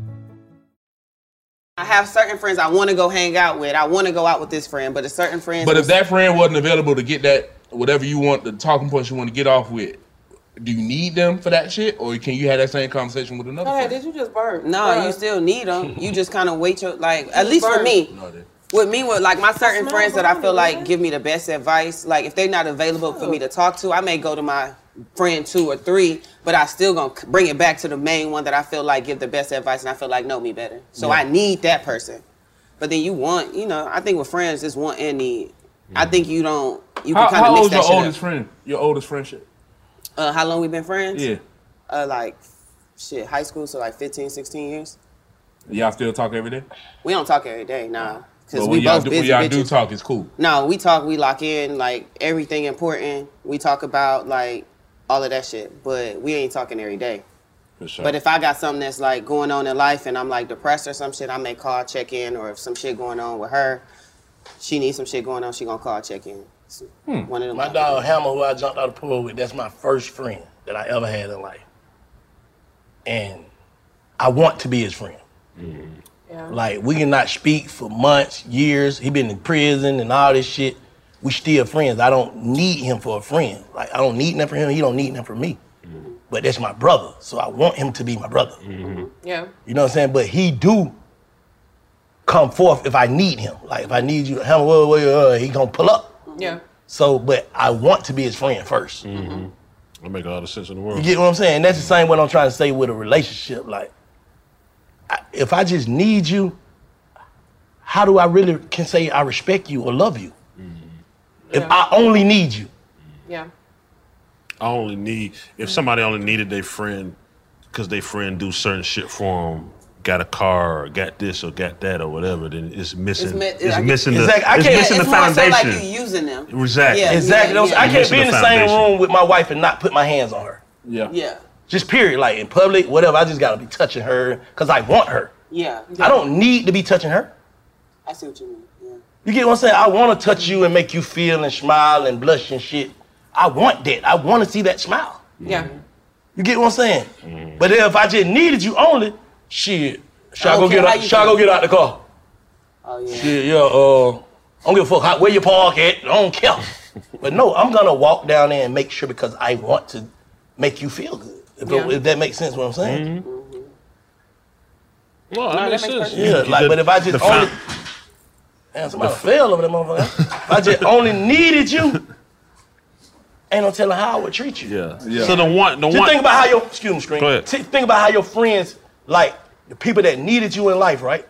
S9: I have certain friends I want to go hang out with. I want to go out with this friend, but a certain friend.
S7: But if that friend wasn't available to get that whatever you want, the talking points you want to get off with, do you need them for that shit, or can you have that same conversation with another?
S4: Hey,
S7: friend?
S4: did you just burp?
S9: No,
S4: Bruh.
S9: you still
S7: [LAUGHS]
S9: need them. You just kind of wait your like. At least for me, with me, with like my certain friends that I feel like give me the best advice. Like if they're not available for me to talk to, I may go to my friend two or three, but I still gonna c- bring it back to the main one that I feel like give the best advice, and I feel like know me better. So
S17: Yeah.
S9: I need that person. But then you want, you know, I think with friends, it's want and need. I think you don't. You
S7: how,
S9: can kind
S7: how
S9: of mix
S7: old's
S9: that
S7: your
S9: shit
S7: oldest
S9: up.
S7: friend? Your oldest friendship?
S9: Uh, how long we been friends?
S7: Yeah.
S9: Uh, like shit, high school, so like 15, 16 years.
S7: Y'all still talk every day?
S9: We don't talk every day, nah. Because
S7: But
S9: we
S7: when y'all
S9: both
S7: do, when
S9: busy
S7: y'all
S9: bitches.
S7: do talk, it's cool.
S9: No, we talk, we lock in, like everything important. We talk about like all of that shit, but we ain't talking every day.
S7: For sure.
S9: But if I got something that's like going on in life and I'm like depressed or some shit, I may call check in, or if some shit going on with her, she needs some shit going on, she gonna call check in. It's Hmm.
S7: Hmm.
S9: One of them.
S8: My dog Hammer, who I jumped out of the pool with, that's my first friend that I ever had in life. And I want to be his friend.
S9: Mm-hmm.
S8: Like we cannot speak for months, years. He been in prison and all this shit. We still friends. I don't need him for a friend. Like I don't need nothing from him. He don't need nothing from me.
S9: Mm-hmm.
S8: But that's my brother, so I want him to be my brother.
S4: Yeah.
S8: You know what I'm saying? But he do come forth if I need him. Like if I need you, him, well, well, uh, he gonna pull up.
S4: Yeah.
S8: So, but I want to be his friend 1st
S6: Mm-hmm. That make a lot of sense in the world.
S8: You get what I'm saying? That's the same what I'm trying to say with a relationship. Like, I, if I just need you, how do I really can say I respect you or love you?
S6: Mm-hmm.
S8: If I only need you,
S4: Yeah.
S6: I only need if somebody only needed their friend because their friend do certain shit for them. Got a car, or got this, or got that, or whatever. Then it's missing. It's,
S9: mi- I-
S6: missing the.
S8: Exactly. I
S6: it's
S8: can't-
S6: missing
S8: It's
S6: the
S8: more so
S6: foundation.
S8: like
S9: You using them.
S6: Exactly.
S8: exactly. Those- I can't be in the same room with my wife and not put my hands on her.
S7: Yeah.
S9: Yeah.
S8: Just period. Like in public, whatever. I just gotta be touching her because I want her.
S9: Yeah.
S8: I don't need to be touching her.
S9: I see what you mean. Yeah.
S8: You get what I'm saying? I want to touch you and make you feel and smile and blush and shit. I want that. I want to see that smile.
S4: Yeah.
S8: You get what I'm saying? But if I just needed you only, shit, shall I,
S9: I
S8: go
S9: don't care
S8: get
S9: how
S8: out?
S9: you
S8: Shall I go
S9: feel.
S8: get out the car?
S9: Oh yeah.
S8: Shit, yeah. Uh, I don't give a fuck how, where you park at. I don't care. but no, I'm gonna walk down there and make sure because I want to make you feel good. If,
S6: Yeah.
S8: if that makes sense, what I'm saying.
S9: Mm-hmm.
S6: No, that, makes, sense.
S8: Yeah, like, but if I just
S6: The
S8: only,
S6: found-
S8: damn, somebody fell over that motherfucker. if I just only needed you, ain't no telling how I would treat you.
S6: Yeah. So the one, the
S8: Just
S6: one.
S8: think about how your excuse me, screen.
S6: Go ahead.
S8: T- think about how your friends, like the people that needed you in life, right?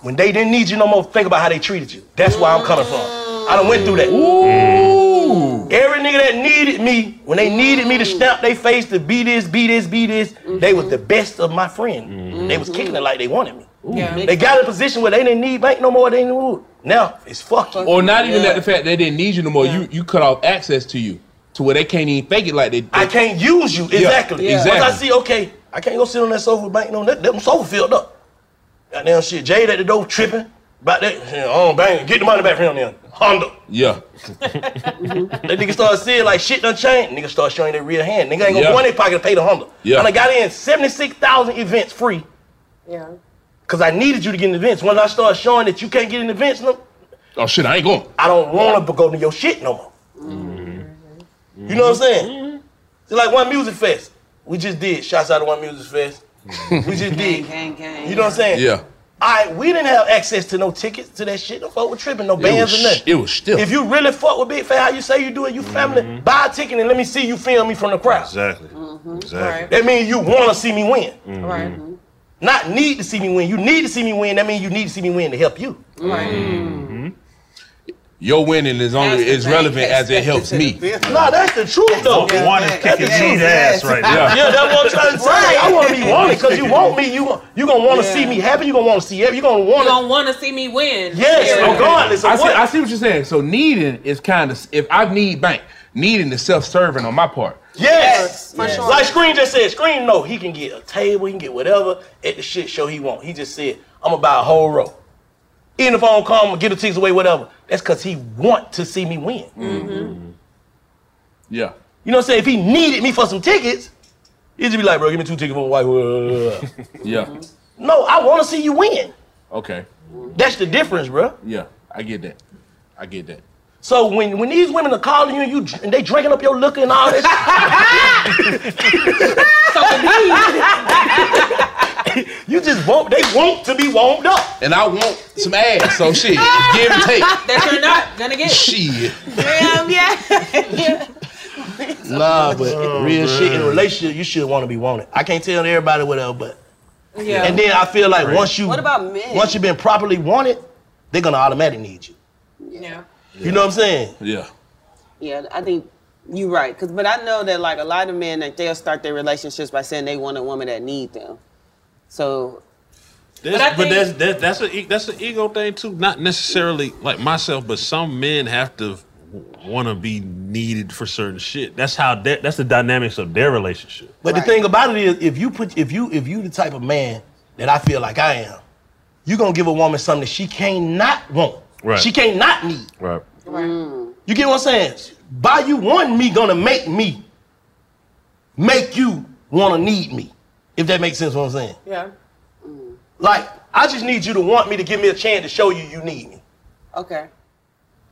S8: When they didn't need you no more, think about how they treated you. That's where I'm coming from. I done went through that. Ooh. Every nigga that needed me, when they needed me to stamp their face to be this, be this, be this, they was the best of my friend. They was kicking it like they wanted me.
S4: Yeah.
S8: They got in a position where they didn't need bank no more. They didn't need. Now it's fuck you.
S7: Or not even
S8: Yeah.
S7: that the fact they didn't need you no more. You you cut off access to you to where they can't even fake it like they.
S8: I can't use you. Exactly.
S7: Exactly.
S8: Once I see, okay, I can't go sit on that sofa bank no that, that sofa filled up. Goddamn shit. Jade at the door tripping about that. Shit, oh bang, get the money back from him then. Honda.
S7: Yeah.
S8: That nigga start seeing like shit done changed. Nigga start showing their real hand. Nigga ain't gonna
S7: Yeah.
S8: go in their pocket to pay the Honda.
S7: Yeah.
S8: And I got in 76,000 events free
S4: Yeah.
S8: because I needed you to get in events. Once I start showing that you can't get in events, no,
S7: Oh shit! I ain't going.
S8: I don't want to go to your shit no more.
S9: Mm-hmm.
S8: You know what I'm saying? It's like one music fest. We just did. Shouts out to one music fest. we just did.
S9: Mm-hmm. Gang, gang.
S8: You know what I'm saying?
S7: Yeah.
S8: I we didn't have access to no tickets to that shit. No folk were tripping, no bands
S7: was
S8: or nothing.
S7: sh- it was Mm-hmm. still-
S8: If you really fuck with Big Fat, how you say you do it, you family, buy a ticket and let me see you film me from the crowd.
S6: Exactly.
S8: Mm-hmm.
S6: Exactly.
S8: That means you want to see me win,
S7: Mm-hmm.
S4: Right.
S8: not need to see me win. You need to see me win. That means you need to see me win to help you.
S7: Mm-hmm. Your winning is only as relevant as it helps me.
S8: Nah, that's the truth though.
S7: Fucking one is kicking
S8: That's the
S7: G's
S8: truth.
S7: ass right now.
S8: Yeah, that's what I'm trying to say. I want to be
S4: Right.
S8: wanted because you want me. You gon- you gonna want to see me happy. You gonna want to see every. You gonna
S4: You
S8: want to.
S4: don't want to see me win.
S8: Yes,
S4: Period.
S8: regardless of
S7: I see,
S8: what.
S7: I see what you're saying. So needing is kind of if I need bank, needing is self-serving on my part.
S8: Yes,
S7: for sure.
S8: Like Screen just said, Screen no, he can get a table, he can get whatever at the shit show he want. He just said, I'm gonna buy a whole row. Even if I don't come, get the tickets away, whatever. That's because he want to see me win.
S7: Mm-hmm. Yeah.
S8: You know what I'm saying? If he needed me for some tickets, he'd just be like, bro, give me two tickets for a white. one."
S7: Yeah.
S8: [LAUGHS]
S9: Mm-hmm.
S8: no, I want to see you win.
S7: Okay.
S8: That's the difference, bro.
S7: Yeah. I get that. I get that.
S8: So when, when these women are calling you and you dr- and they drinking up your liquor
S7: [LAUGHS]
S8: and all that, shit, you just want they want to be warmed up.
S7: And I want some ass. So shit, it's give and take.
S4: that you're not gonna
S7: [LAUGHS]
S4: get.
S7: Shit.
S4: Damn, yeah.
S8: Nah, but
S4: Oh,
S8: real shit in a
S4: man.
S8: relationship, you should want to be wanted. I can't tell everybody whatever, but
S9: Yeah.
S8: And then I feel like once you
S9: What about men?
S8: once you've been properly wanted, they're gonna automatically need you.
S9: Yeah.
S8: You know what I'm saying?
S7: Yeah.
S9: Yeah, I think You right, cause but I know that like a lot of men that they'll start their relationships by saying they want a woman that need them. So
S6: This- but that's that, that's a e- that's an ego thing too. Not necessarily like myself, but some men have to want to be needed for certain shit. That's how that that's the dynamics of their relationship.
S8: But the thing about it is, if you put, if you, if you the type of man that I feel like I am, you gonna give a woman something that she can't not want.
S6: Right.
S8: She can't not need.
S6: Right.
S8: You get what I'm saying? By you wanting me, gonna make me, make you wanna need me. If that makes sense, what I'm saying.
S9: Yeah.
S8: Like, I just need you to want me to give me a chance to show you you need me.
S9: Okay.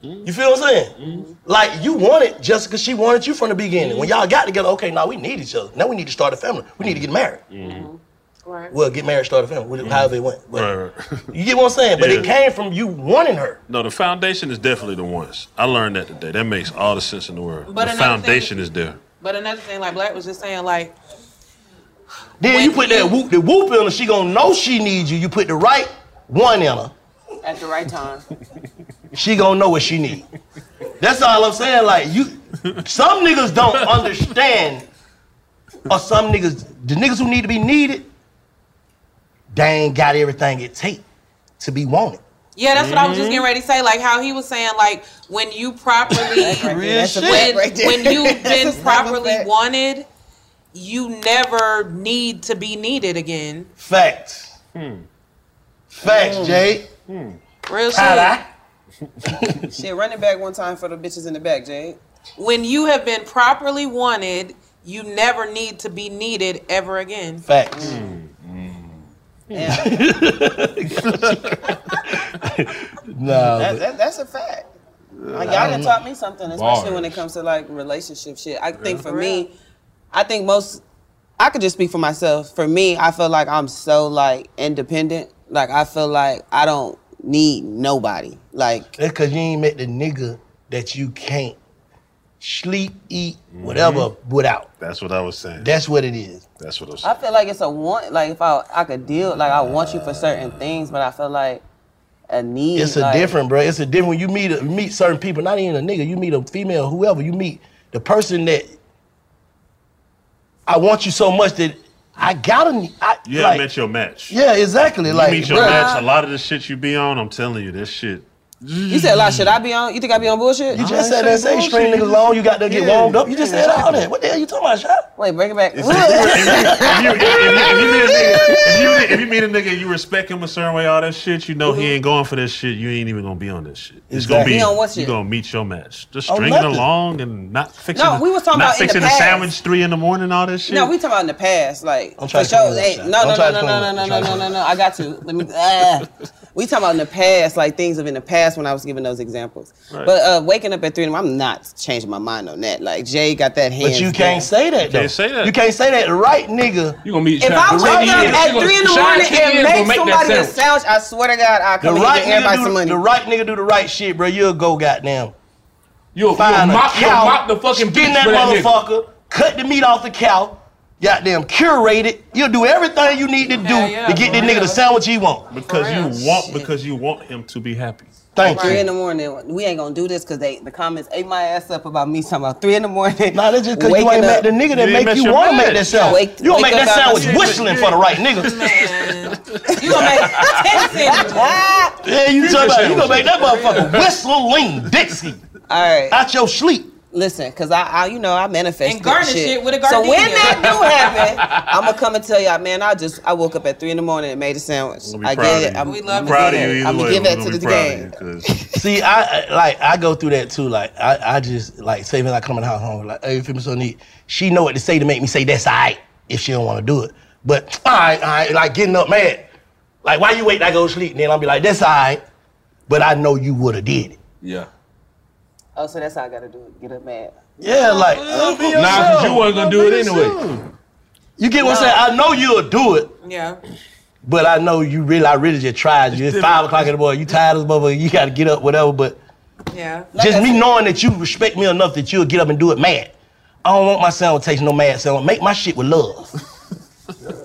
S8: You feel what I'm saying? Like, you wanted Jessica, she wanted you from the beginning. When y'all got together, okay, now we need each other. Now we need to start a family. We need to get married.
S9: Mm-hmm.
S4: Right.
S8: Well, get married, start a family, however it went. [LAUGHS] You get what I'm saying? But it
S6: Yeah.
S8: came from you wanting her.
S6: No, the foundation is definitely the ones. I learned that today. That makes all the sense in the world.
S4: But
S6: the
S4: another thing-
S6: foundation is there.
S4: But another thing, like Black was just saying, like
S8: Then you put that whoop, the whoop in her, she gonna know she needs you. You put the right one in her,
S9: at the right time.
S8: she gonna know what she need. That's all I'm saying. Like you, some niggas don't understand, or some niggas, the niggas who need to be needed, they ain't got everything it take to be wanted.
S4: Yeah, that's what I was just
S8: Mm-hmm.
S4: getting ready to say. Like how he was saying, like when you properly,
S8: That's a
S4: when,
S8: fact right there.
S4: when
S9: [LAUGHS]
S4: you've
S8: That's a
S4: been
S8: slap
S4: properly wanted, you never need to be needed again.
S8: Facts. Hmm. Facts,
S4: Mm.
S8: Jay.
S4: Real shit.
S8: Ta-da.
S9: [LAUGHS] Shit, run it back one time for the bitches in the back, Jade.
S4: When you have been properly wanted, you never need to be needed ever again.
S8: Facts. [LAUGHS]
S9: No, that, that, that's a fact. Like, y'all done
S8: Mm.
S9: taught me something, especially when it
S8: Bars.
S9: comes to like relationship shit. I think for
S4: For real.
S9: me, I think most, I could just speak for myself. For me, I feel like I'm so like independent. Like I feel like I don't need nobody. Like
S8: That's cause you ain't met the nigga that you can't sleep, eat, whatever without.
S6: That's what I was saying.
S8: That's what it is.
S6: That's what I was
S9: I feel like it's a want. Like if I I could deal, like I want you for certain things, but I feel like a need.
S8: It's a
S9: like-
S8: different, bro. It's a different. When you meet a, meet certain people, not even a nigga. You meet a female, whoever. You meet the person that I want you so much that I gotta. I,
S6: You
S8: like,
S6: haven't met your match.
S8: yeah, exactly.
S6: You
S8: like,
S6: meet your
S8: bruh.
S6: match. A lot of the shit you be on, I'm telling you, this shit.
S9: You said a lot. Should I be on? You think I be on bullshit?
S8: You just said that same string niggas long. You got to get warmed up. You just said all that. What the hell you talking about, shot?
S9: Wait, bring it back.
S6: If you, if, you, if, you meet a nigga, if, you, if you meet a nigga and you respect him a certain way, all that shit, you know
S9: Mm-hmm.
S6: he ain't going for that shit. You ain't even gonna be on this shit. It's
S8: Exactly. He on
S6: gonna
S9: what
S6: be you
S9: shit?
S6: gonna meet your match. Just
S9: On
S6: stringing
S9: nothing.
S6: along and not fixing.
S9: No,
S6: the,
S9: we was talking
S6: not
S9: about in the
S6: fixing
S9: past.
S6: sandwich three in the morning. All that shit.
S9: No, we talking about in the past, like
S6: Don't try
S9: for
S6: to clean
S9: sure.
S6: it up,
S9: Hey,
S6: Shaq.
S9: no, no,
S6: Don't
S9: no,
S6: try
S9: no,
S6: to
S9: no,
S6: clean
S9: no,
S6: it
S9: no,
S6: up.
S9: no,
S6: Don't
S9: no, no. I got to. Let me.
S8: [LAUGHS]
S9: ah. we talking about in the past, like things of in the past when I was giving those examples.
S8: Right.
S9: But uh, waking up at three, in the morning, I'm not changing my mind on that. Like Jay got that hand.
S8: But you can't say that though. You can't say that. The right nigga. You gonna meet
S9: If I wake up at three in the morning and make, somebody a sandwich, I swear to God, I
S8: The
S9: come and
S8: right,
S9: give everybody
S8: nigga do,
S9: some money.
S8: the right nigga do the right shit, bro. You'll go goddamn. You'll
S7: you'll mop- you'll mop the fucking
S8: skin
S7: beach
S8: that
S7: for that nigga.
S8: motherfucker, cut the meat off the cow, goddamn curate it. You'll do everything you need to do
S6: Hell yeah,
S8: to get
S6: for
S8: that nigga
S6: real.
S8: the sandwich he want.
S6: because you want because you want him to be happy.
S8: Thank
S9: three
S8: you.
S9: in the morning. We ain't gonna do this because they the comments ate my ass up about me talking about three in the morning. Nah, that's
S8: Just 'cause you ain't met the nigga that make you want to make that sandwich. you gonna make that sandwich whistling for the right nigga.
S4: You gonna
S8: [LAUGHS]
S4: make ten sandwiches.
S8: Yeah, you talking about you gonna make that motherfucker
S9: sandwiches.
S8: whistle lean Dixie.
S9: All right.
S8: Out your sleep.
S9: Listen, cause I, I you know, I manifest
S4: And garnish
S9: that
S4: it with a
S9: So when
S4: gardenia. [LAUGHS]
S9: that do happen, I'm gonna come and tell y'all, man. I just I woke up at three in the morning and made a sandwich. I get it. I'm, I'm
S8: proud of
S9: gonna
S8: you either
S9: give that- I'm
S8: way.
S9: gonna give
S8: We're
S9: that
S8: gonna
S9: to
S8: be
S9: the
S8: proud of
S9: game.
S8: See, I I- like I go through that too. Like I, I just like say when I come in the house home, like hey, you feel me so neat. She know what to say to make me say that's all right if she don't want to do it. But all right, all right, like getting up mad. Like why you wait? till I go to sleep, and then I'll be like that's all right. But I know you would have did it.
S7: Yeah.
S9: Oh, so that's how I gotta do it. Get up mad.
S8: Yeah, like
S7: Nah, 'cause you wasn't gonna do it anyway.
S8: You get what I'm saying? I know you'll do it.
S4: Yeah.
S8: But I know you really, I really just tried. You. It's five o'clock in the morning. You tired as a motherfucker. You got to get up, whatever. But
S4: Yeah.
S8: just me knowing that you respect me enough that you'll
S9: [LAUGHS]
S8: get up and do it mad. I don't want my sound to taste no mad sound. Make my shit with love.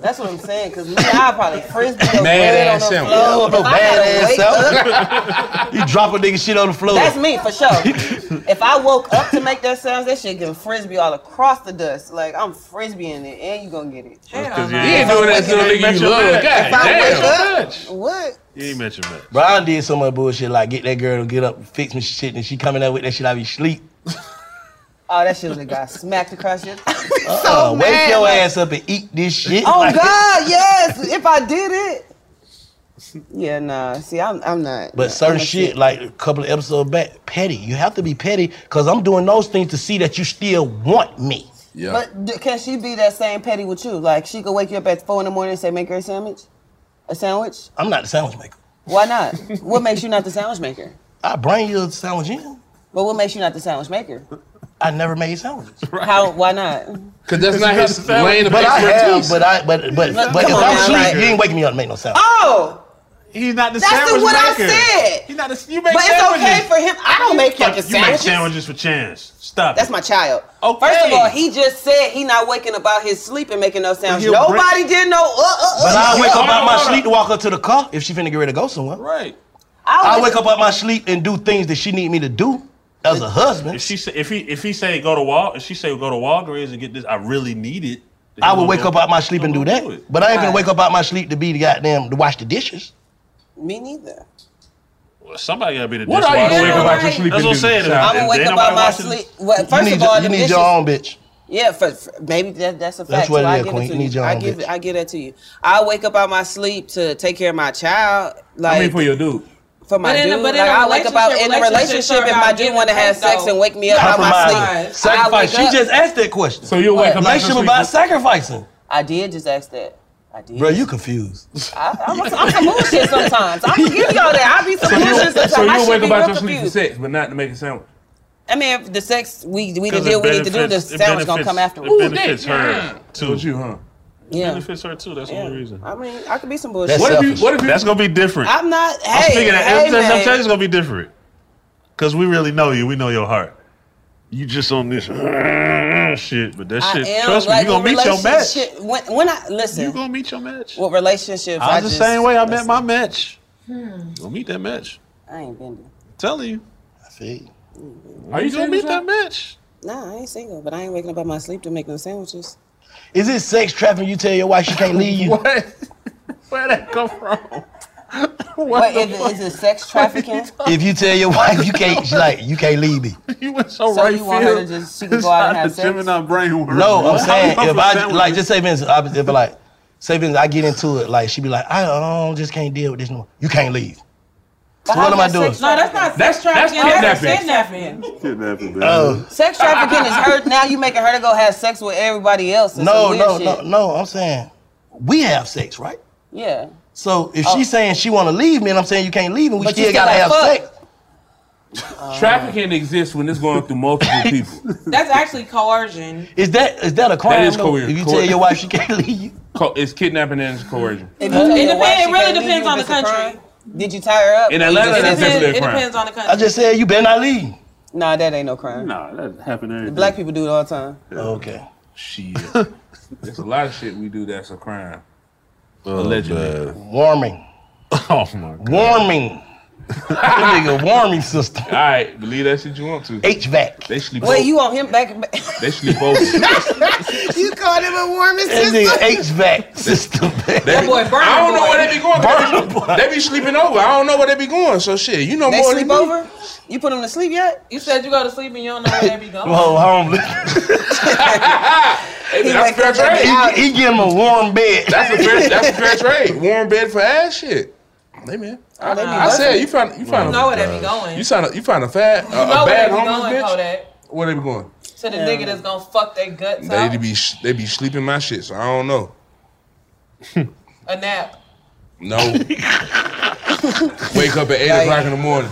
S9: That's what I'm saying. Cause me, I probably frisbee those bread on
S8: Mad
S9: the
S8: ass
S9: floor.
S8: self.
S9: If I had to wake up-
S8: you drop a nigga shit on the floor.
S9: That's me
S8: [LAUGHS]
S9: for sure. if I woke up to make that sounds, that shit getting frisbee all across the dust. Like I'm frisbeeing it, and you gonna get it.
S6: Because you
S7: ain't doing that to a nigga you love.
S9: if I
S7: God
S9: wake up, what?
S6: You ain't mentioned that.
S8: Brian did so much bullshit like get that girl to get up, and fix me shit, and she coming up with that shit. I be sleep.
S9: Oh, that shit would have got smacked across [LAUGHS] your. [LAUGHS] so
S8: Uh, wake
S9: mad,
S8: your
S9: like-
S8: ass up and eat this shit.
S9: Oh
S8: Like-
S9: God, yes. If I did it. Yeah, nah. See, I'm, I'm not.
S8: But
S9: nah,
S8: certain
S9: I'm not
S8: shit, like a couple of episodes back, petty. You have to be petty because I'm doing those things to see that you still want me. Yeah.
S9: But d- can she be that same petty with you? Like she could wake you up at four in the morning and say, "Make her a sandwich, a sandwich."
S8: I'm not the sandwich maker.
S9: Why not? what makes you not the sandwich maker?
S8: I bring you a sandwich in.
S9: But what makes you not the sandwich maker?
S8: I never made
S6: [LAUGHS]
S8: sandwiches.
S9: How? Why not?
S7: Cause that's not his lane of
S8: But I have,
S7: expertise.
S8: but I, but but
S9: Look,
S8: but if
S9: come on
S8: I'm
S9: now,
S8: sleep,
S9: like-
S8: you ain't waking me up to make no sandwich.
S9: Oh,
S6: he's not
S8: the
S9: That's
S8: sandwich
S9: what
S8: maker.
S9: I said. He's
S6: not a, you
S9: but
S6: sandwiches.
S9: it's okay for him. I don't make fucking
S6: You make
S9: sandwiches.
S6: sandwiches for chance. Stop.
S9: That's
S6: it.
S9: my child. First of all, he just said he not waking up out his sleep and making no sounds.
S8: he'll
S9: Nobody
S8: break-
S9: did no. Uh, uh,
S8: But
S9: uh,
S8: I wake up
S9: uh,
S8: out
S9: uh,
S8: my
S9: uh.
S8: sleep to walk up to the car if she finna get ready to go somewhere.
S6: Right.
S9: I
S8: I wake up out my sleep and do things that she need me to do as a husband.
S6: If she say, if he if he say go to Wal if she say go to Walgreens and get this, I really need it. then
S8: I
S6: he
S8: would
S6: gonna
S8: wake
S6: go-
S8: up out my sleep and do that. But I ain't gonna wake up out my sleep to be the goddamn to wash the dishes.
S9: Me neither.
S6: Well, somebody gotta be the
S8: What
S6: dishwasher.
S8: are you doing
S6: That's what
S8: right?
S6: I'm
S8: That's what I'm
S6: saying.
S8: saying. I'ma
S6: If
S8: wake
S6: ain't
S8: up
S6: nobody
S8: out my
S6: watching-
S9: Sleep. Well,
S8: You
S9: first
S8: need
S9: of
S8: your-
S9: all,
S8: you
S9: the
S8: need
S9: dishes-
S8: your own bitch.
S9: Yeah, for, for- maybe that, that's a
S8: That's
S9: fact.
S8: what
S9: so
S8: it
S9: I
S8: is,
S9: give
S8: Queen.
S9: it
S8: You
S9: to
S8: need
S9: you.
S8: your
S9: I
S8: own
S9: give it. I give that to you. I wake up out my sleep to take care of my child. Like
S7: I mean, for your dude.
S9: for my
S4: But in a-
S9: dude.
S4: but in
S9: like
S4: a
S9: I wake up out in a
S4: relationship, relationships
S9: relationship
S4: are
S9: if my
S4: about
S9: dude
S4: giving
S9: want to have
S4: and
S9: sex
S4: taking,
S9: and wake me up out my sleep. I
S8: Compromise. Sacrifice.
S9: wake up-
S8: She just asked that question. So you'll
S9: wake up out your
S8: Relationship
S9: sleep
S8: about
S9: with-
S8: sacrificing.
S9: I did just ask that. I did.
S8: Bro, you confused.
S9: I, I'm, I'm some bullshit sometimes. I'm gonna give y'all that. I be some
S7: So you,
S9: bullshit sometimes.
S7: so
S9: I
S7: you
S9: should
S7: wake
S9: be
S7: up out
S9: real
S7: your sleep for
S9: confused.
S7: sex, but not to make a sandwich.
S9: I mean, if the sex we we did
S7: 'Cause it
S9: deal we need to do, the
S7: benefits- it
S9: sound's gonna
S7: benefits-
S9: come
S7: it
S9: afterwards.
S7: benefits her,
S6: too.
S7: With you, huh?
S9: Yeah.
S6: benefits her too. That's one reason.
S9: I mean, I could be some bullshit.
S6: what if you, what if you, that's gonna be different.
S9: I'm not.
S6: I'm
S9: Hey,
S6: speaking of
S9: hey,
S6: I'm telling- I'm
S9: man.
S6: telling you it's gonna be different. Cause we really know you. We know your heart. You just on this [LAUGHS] shit, but that
S9: I
S6: shit.
S9: am,
S6: Trust me,
S9: like,
S6: you gonna
S9: with
S6: meet your match.
S9: relationship- When, when I listen,
S6: You gonna meet your match.
S9: With relationships,
S6: I
S9: I,
S6: was the same way. I met
S9: listen,
S6: my match. You gonna meet that match.
S9: I ain't been there.
S6: I'm telling you. I
S8: see.
S6: Are you gonna meet that match?
S9: Nah, I ain't single, but I ain't waking up out my sleep to make no sandwiches.
S8: Is it sex trafficking? You tell your wife she
S6: [LAUGHS]
S8: can't leave you.
S7: what? Where that come from?
S9: What Wait, is, it- is it sex trafficking?
S8: If you tell your [LAUGHS] wife you can't, she like you can't leave me.
S6: you went so,
S9: So
S6: right
S9: you want her to
S6: field. [LAUGHS]
S9: just- she can go out and have
S6: It's not a
S9: sex?
S6: Gemini brain work,
S8: No,
S6: bro.
S8: I'm
S7: [LAUGHS]
S8: saying
S6: I'm
S8: if I
S6: saying-
S8: like just say Vince, I, if like say Vince, I get into it, like she be like, I don't just can't deal with this no. more. You can't leave. So what am I doing?
S4: No, that's not
S8: That's-
S4: sex trafficking.
S8: that's
S4: That's
S8: kidnapping.
S4: kidnapping.
S8: Oh.
S9: Sex trafficking is her. Now you making her to go have sex with everybody else. It's
S8: No,
S9: some weird
S8: no, no,
S9: shit.
S8: no. I'm saying we have sex, right?
S9: Yeah.
S8: So if
S9: Oh.
S8: she's saying she want to leave me, and I'm saying you can't leave me, we
S9: But you
S8: still
S9: still
S8: gotta have
S9: gotta
S8: sex. Uh,
S7: Trafficking exists when it's going through
S8: [LAUGHS]
S7: multiple people.
S4: That's actually coercion.
S8: Is that is that a crime?
S7: That is
S8: though?
S7: coercion.
S8: If you tell your wife she can't [LAUGHS] leave you,
S7: Co- it's kidnapping and it's coercion.
S9: If
S4: It
S9: you tell your
S4: depend-
S9: wife
S4: it
S9: she
S4: really
S9: can't leave
S4: depends
S9: you,
S4: on
S9: it's
S4: the
S9: a
S4: country.
S9: crime? Did you tie her up?
S7: In
S9: Or you
S7: Atlanta,
S9: just-
S7: that's definitely a crime.
S4: on the country.
S8: I just said you better not leave.
S9: Nah, that ain't no crime.
S6: Nah, that happened.
S9: Black people do it all the time.
S8: Oh, Okay.
S7: Shit. There's a lot of shit we do that's a crime. Oh, Allegedly.
S8: Warming.
S6: Oh my
S8: god. Warming. [LAUGHS] that nigga warming system. All
S7: right, believe that shit you want to.
S8: HVAC.
S7: They sleep over.
S9: Wait, you on him back?
S7: They sleep over.
S9: [LAUGHS] you called him a warming
S8: That nigga
S4: [LAUGHS]
S8: HVAC system.
S7: That
S9: boy, burner
S7: I don't know
S9: boy.
S7: where they be going. 'cause They be, they be sleeping over. I don't know where they be going. So shit, you know
S9: They
S7: more
S9: sleep
S7: than [LAUGHS] me.
S9: over? You put him to sleep yet?
S4: You said you go to sleep and you don't know where they be going.
S7: [LAUGHS]
S8: Well, homeless.
S7: Hey, man, that's
S8: He
S7: fair trade.
S8: he get him a warm bed.
S7: That's a fair. That's a
S8: [LAUGHS]
S7: fair trade. Warm bed for ass shit. Hey man, Oh I,
S4: they be
S7: I said
S4: working.
S7: you found you
S4: You
S7: found
S4: know
S7: a,
S4: where they be going.
S7: You found a, you found a fat
S4: You know
S7: a, a
S4: where
S7: bad
S4: they be
S7: homeless
S4: going,
S7: bitch.
S4: Kodak.
S7: Where they be going?
S4: To the nigga that's gonna fuck their guts
S7: They
S4: out.
S7: to be sh- they be sleeping my shit. So I don't know.
S4: A nap.
S7: No. Wake up at eight o'clock in the morning.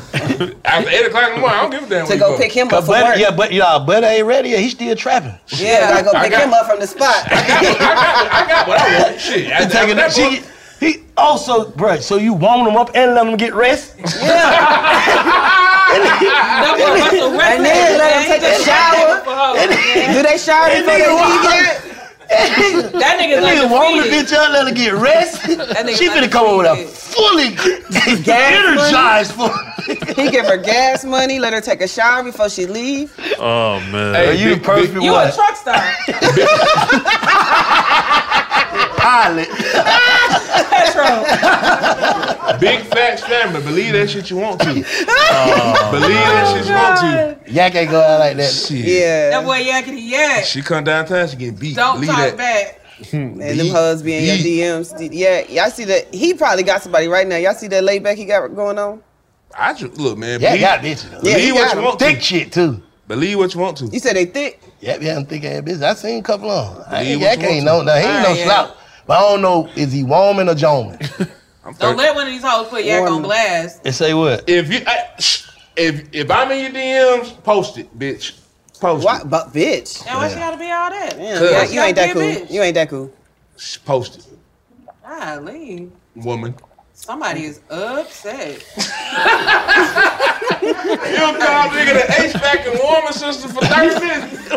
S7: After eight o'clock in the morning, I don't give a damn. where you go.
S8: Cause buddy, Yeah, but y'all, buddy ain't ready yet. He still trapping.
S9: Yeah, I go
S8: I
S9: pick
S8: got-
S9: him up from the spot.
S7: I got what I want. Shit.
S8: He taking that. She, he also, bruh. So you warm him up and let him get rest. [LAUGHS]
S4: That boy about to wreck
S9: And then
S4: that nigga.
S9: let them take
S4: He
S9: a
S4: just-
S9: shower. Do they shower
S8: That
S9: before they
S8: nigga
S9: leave
S8: wild.
S9: yet? [LAUGHS]
S4: that nigga's
S18: That nigga warm the
S4: undefeated.
S18: bitch up, let her get rested.
S4: That nigga's
S18: she finna come over there fully energized for
S9: he give her gas money, let her take a shower before she leave.
S6: Oh man.
S18: Hey, you the perfect
S9: You
S18: one.
S9: a truck
S4: star.
S9: [LAUGHS]
S18: pilot.
S7: Big facts family. Believe that shit you want
S9: [LAUGHS]
S7: to. Believe that shit you want to. Yak ain't go out like that. Shit.
S4: That boy yakety yak.
S7: She come downtown, she get beat.
S4: Don't
S7: Believe that.
S4: talk back.
S9: Man, them hoes be in your DMs. D- Yeah, y'all see that? He probably got somebody right now. Y'all see that layback he got going on?
S7: I just, look, man.
S9: Yeah,
S7: believe,
S9: got bitches. Yeah, he
S7: Believe
S9: got
S7: what you
S9: them.
S7: want to. Thick shit too. Believe what you want to.
S9: You said they thick.
S8: Yep, yeah, I'm thick ass bitch. I seen a couple of them. I
S7: Believe
S8: ain't,
S7: what
S8: Yak
S7: you
S8: ain't
S7: want
S8: no,
S7: to.
S8: no, he ain't no
S4: Alright,
S8: slouch. But I don't know, is he woman or joman?
S4: Don't let one of these hoes put yak on blast.
S8: and say what?
S7: If you, I, if if I'm in your DMs, post it, bitch. Post what, it.
S9: But bitch.
S4: And why she gotta be all that?
S9: Yeah, you, ain't- you ain't that cool. You ain't that cool.
S7: Post it,
S4: Golly.
S7: woman.
S4: Somebody is upset.
S7: You called nigga the HVAC and warming system for
S9: [LAUGHS]
S7: 30 minutes.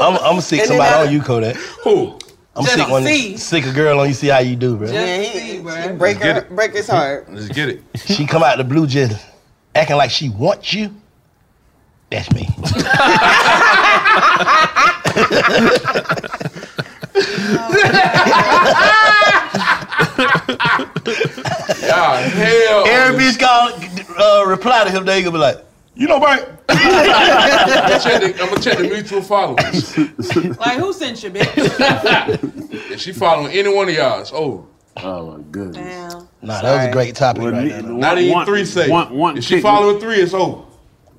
S8: I'm, I'm sick
S7: And then
S8: somebody
S7: I-
S8: on you, Kodak.
S7: Who?
S8: I'm
S7: Just
S8: sick one.
S7: see.
S8: Sick a girl on you. See how you do, bro.
S9: yeah, he, she break
S8: Let's
S9: her,
S8: get
S9: break his heart.
S7: Let's get it.
S8: [LAUGHS] She come out the blue just acting like she wants you. That's
S9: [LAUGHS]
S8: me.
S7: God, hell.
S8: Every bitch gonna uh, reply to him. They gonna be like, you know, Bert.
S7: I'm gonna check the, I'm gonna check the mutual followers.
S4: Like who sent you, bitch?
S7: If she following any one of y'all, it's over. Oh my goodness.
S8: Nah, that was a great topic. right there.
S7: Not even three say.
S6: One, one
S7: if she
S6: kick-
S7: following three, it's over.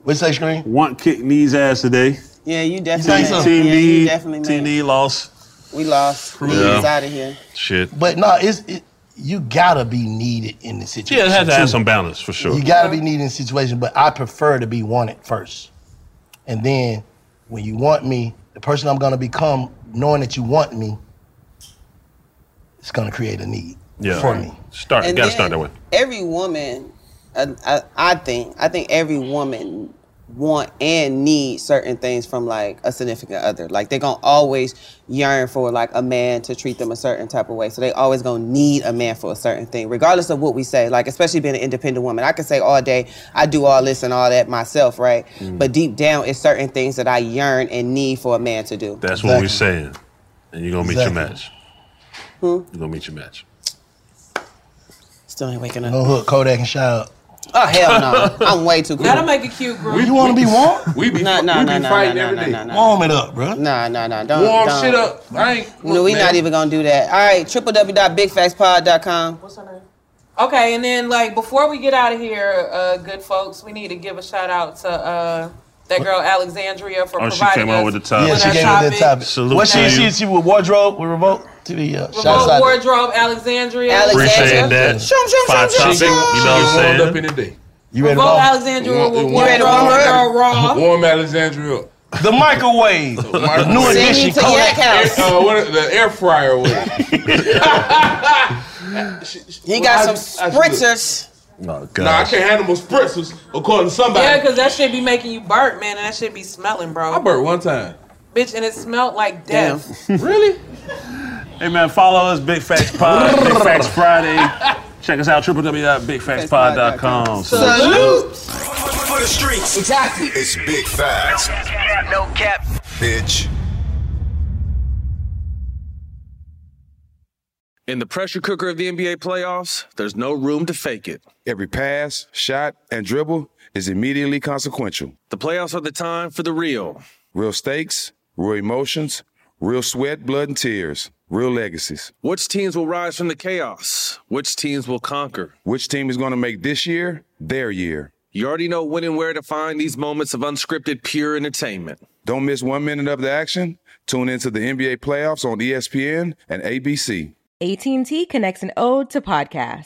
S8: What's that screen?
S6: One kick knees ass today. E,
S9: Yeah, you
S6: Team,
S9: definitely. made it.
S6: team
S9: yeah,
S6: need,
S9: you definitely made
S6: team
S9: it.
S6: need loss.
S9: [LAUGHS] We lost.
S6: Cruise.
S9: Niggas
S6: Yeah.
S9: out of here.
S6: Shit.
S8: But no, nah, it's it, you gotta be needed in the
S6: Yeah,
S8: situation.
S6: it has to have
S8: too.
S6: some balance for sure.
S8: You gotta be needed in the situation, but I prefer to be wanted first, and then when you want me, the person I'm gonna become, knowing that you want me, it's gonna create a need
S6: Yeah.
S8: for me.
S6: Start.
S9: And
S6: gotta
S9: then-
S6: start that way.
S9: Every woman, uh, I, I think, I think every woman want and need certain things from like a significant other. Like they're gonna always yearn for like a man to treat them a certain type of way. So they always gonna need a man for a certain thing, regardless of what we say. Like especially being an independent woman, I can say all day I do all this and all that myself, right?
S6: Mm.
S9: But deep down, it's certain things that I yearn and need for a man to do.
S6: That's what we're saying. And you're gonna meet your match.
S9: Hmm?
S6: You're gonna meet your match.
S9: Still ain't waking
S8: Don't hook Kodak and shout out.
S9: Oh hell no! I'm way too cool.
S4: That'll make a cute group.
S8: you want to be
S9: [LAUGHS]
S8: warm?
S7: We
S9: be, no, no,
S8: we
S9: no,
S8: be
S9: no,
S8: fighting
S9: no, no,
S8: every
S9: no,
S8: day.
S9: No, no,
S8: Warm it up, bro.
S9: Nah, nah, nah. Don't
S8: Warm
S9: don't.
S8: shit up.
S7: I ain't.
S9: No, we
S8: man.
S9: not even gonna do that. All right, www.bigfactspod.com.
S4: Okay, and then like before we get out of here, uh, good folks, we need to give a shout out to uh, that girl Alexandria for
S6: Oh, she
S4: providing
S6: came out with the topic.
S8: Yeah, she came up with that topic.
S6: Salute
S8: what she
S6: to
S8: she
S6: you.
S8: she with wardrobe with remote to the uh, shout
S4: remote
S8: out.
S4: wardrobe Alexandria.
S6: Appreciate that.
S4: Shum, shum,
S6: Five
S4: shum,
S6: topic.
S4: shum,
S6: You know
S4: shum.
S6: what I'm
S7: Warmed up
S6: saying?
S7: in the day.
S8: You ready
S4: Revolt Alexandria with
S7: warm-
S4: wardrobe
S7: warm-
S4: girl raw.
S7: Warm Alexandria up. [LAUGHS]
S8: The microwave.
S4: New Send me addition, to Kodak. Yak House.
S7: Uh, what, the air fryer was.
S9: He
S7: Well,
S9: got
S7: I-
S9: some
S7: I should look.
S9: spritzers.
S6: No,
S7: nah, I can't handle those pretzels, according to somebody.
S4: Yeah, because that shit be making you burnt, man, and that shit be smelling, bro.
S7: I burnt one time.
S4: Bitch, and it smelled like death.
S7: really?
S6: Hey man, follow us, Big Facts Pod, Big Facts Friday. Check us out, www.bigfactspod.com.
S2: For the streets. Exactly. It's big facts. No cap. No cap. Bitch.
S11: In the pressure cooker of the NBA playoffs, there's no room to fake it.
S12: Every pass, shot, and dribble is immediately consequential.
S11: The playoffs are the time for the real.
S12: Real stakes, real emotions, real sweat, blood, and tears, real legacies.
S11: Which teams will rise from the chaos? Which teams will conquer?
S12: Which team is going to make this year their year?
S11: You already know when and where to find these moments of unscripted, pure entertainment.
S12: Don't miss one minute of the action. Tune into the NBA playoffs on E ESPN and ABC.
S19: AT&T connects an ode to podcast.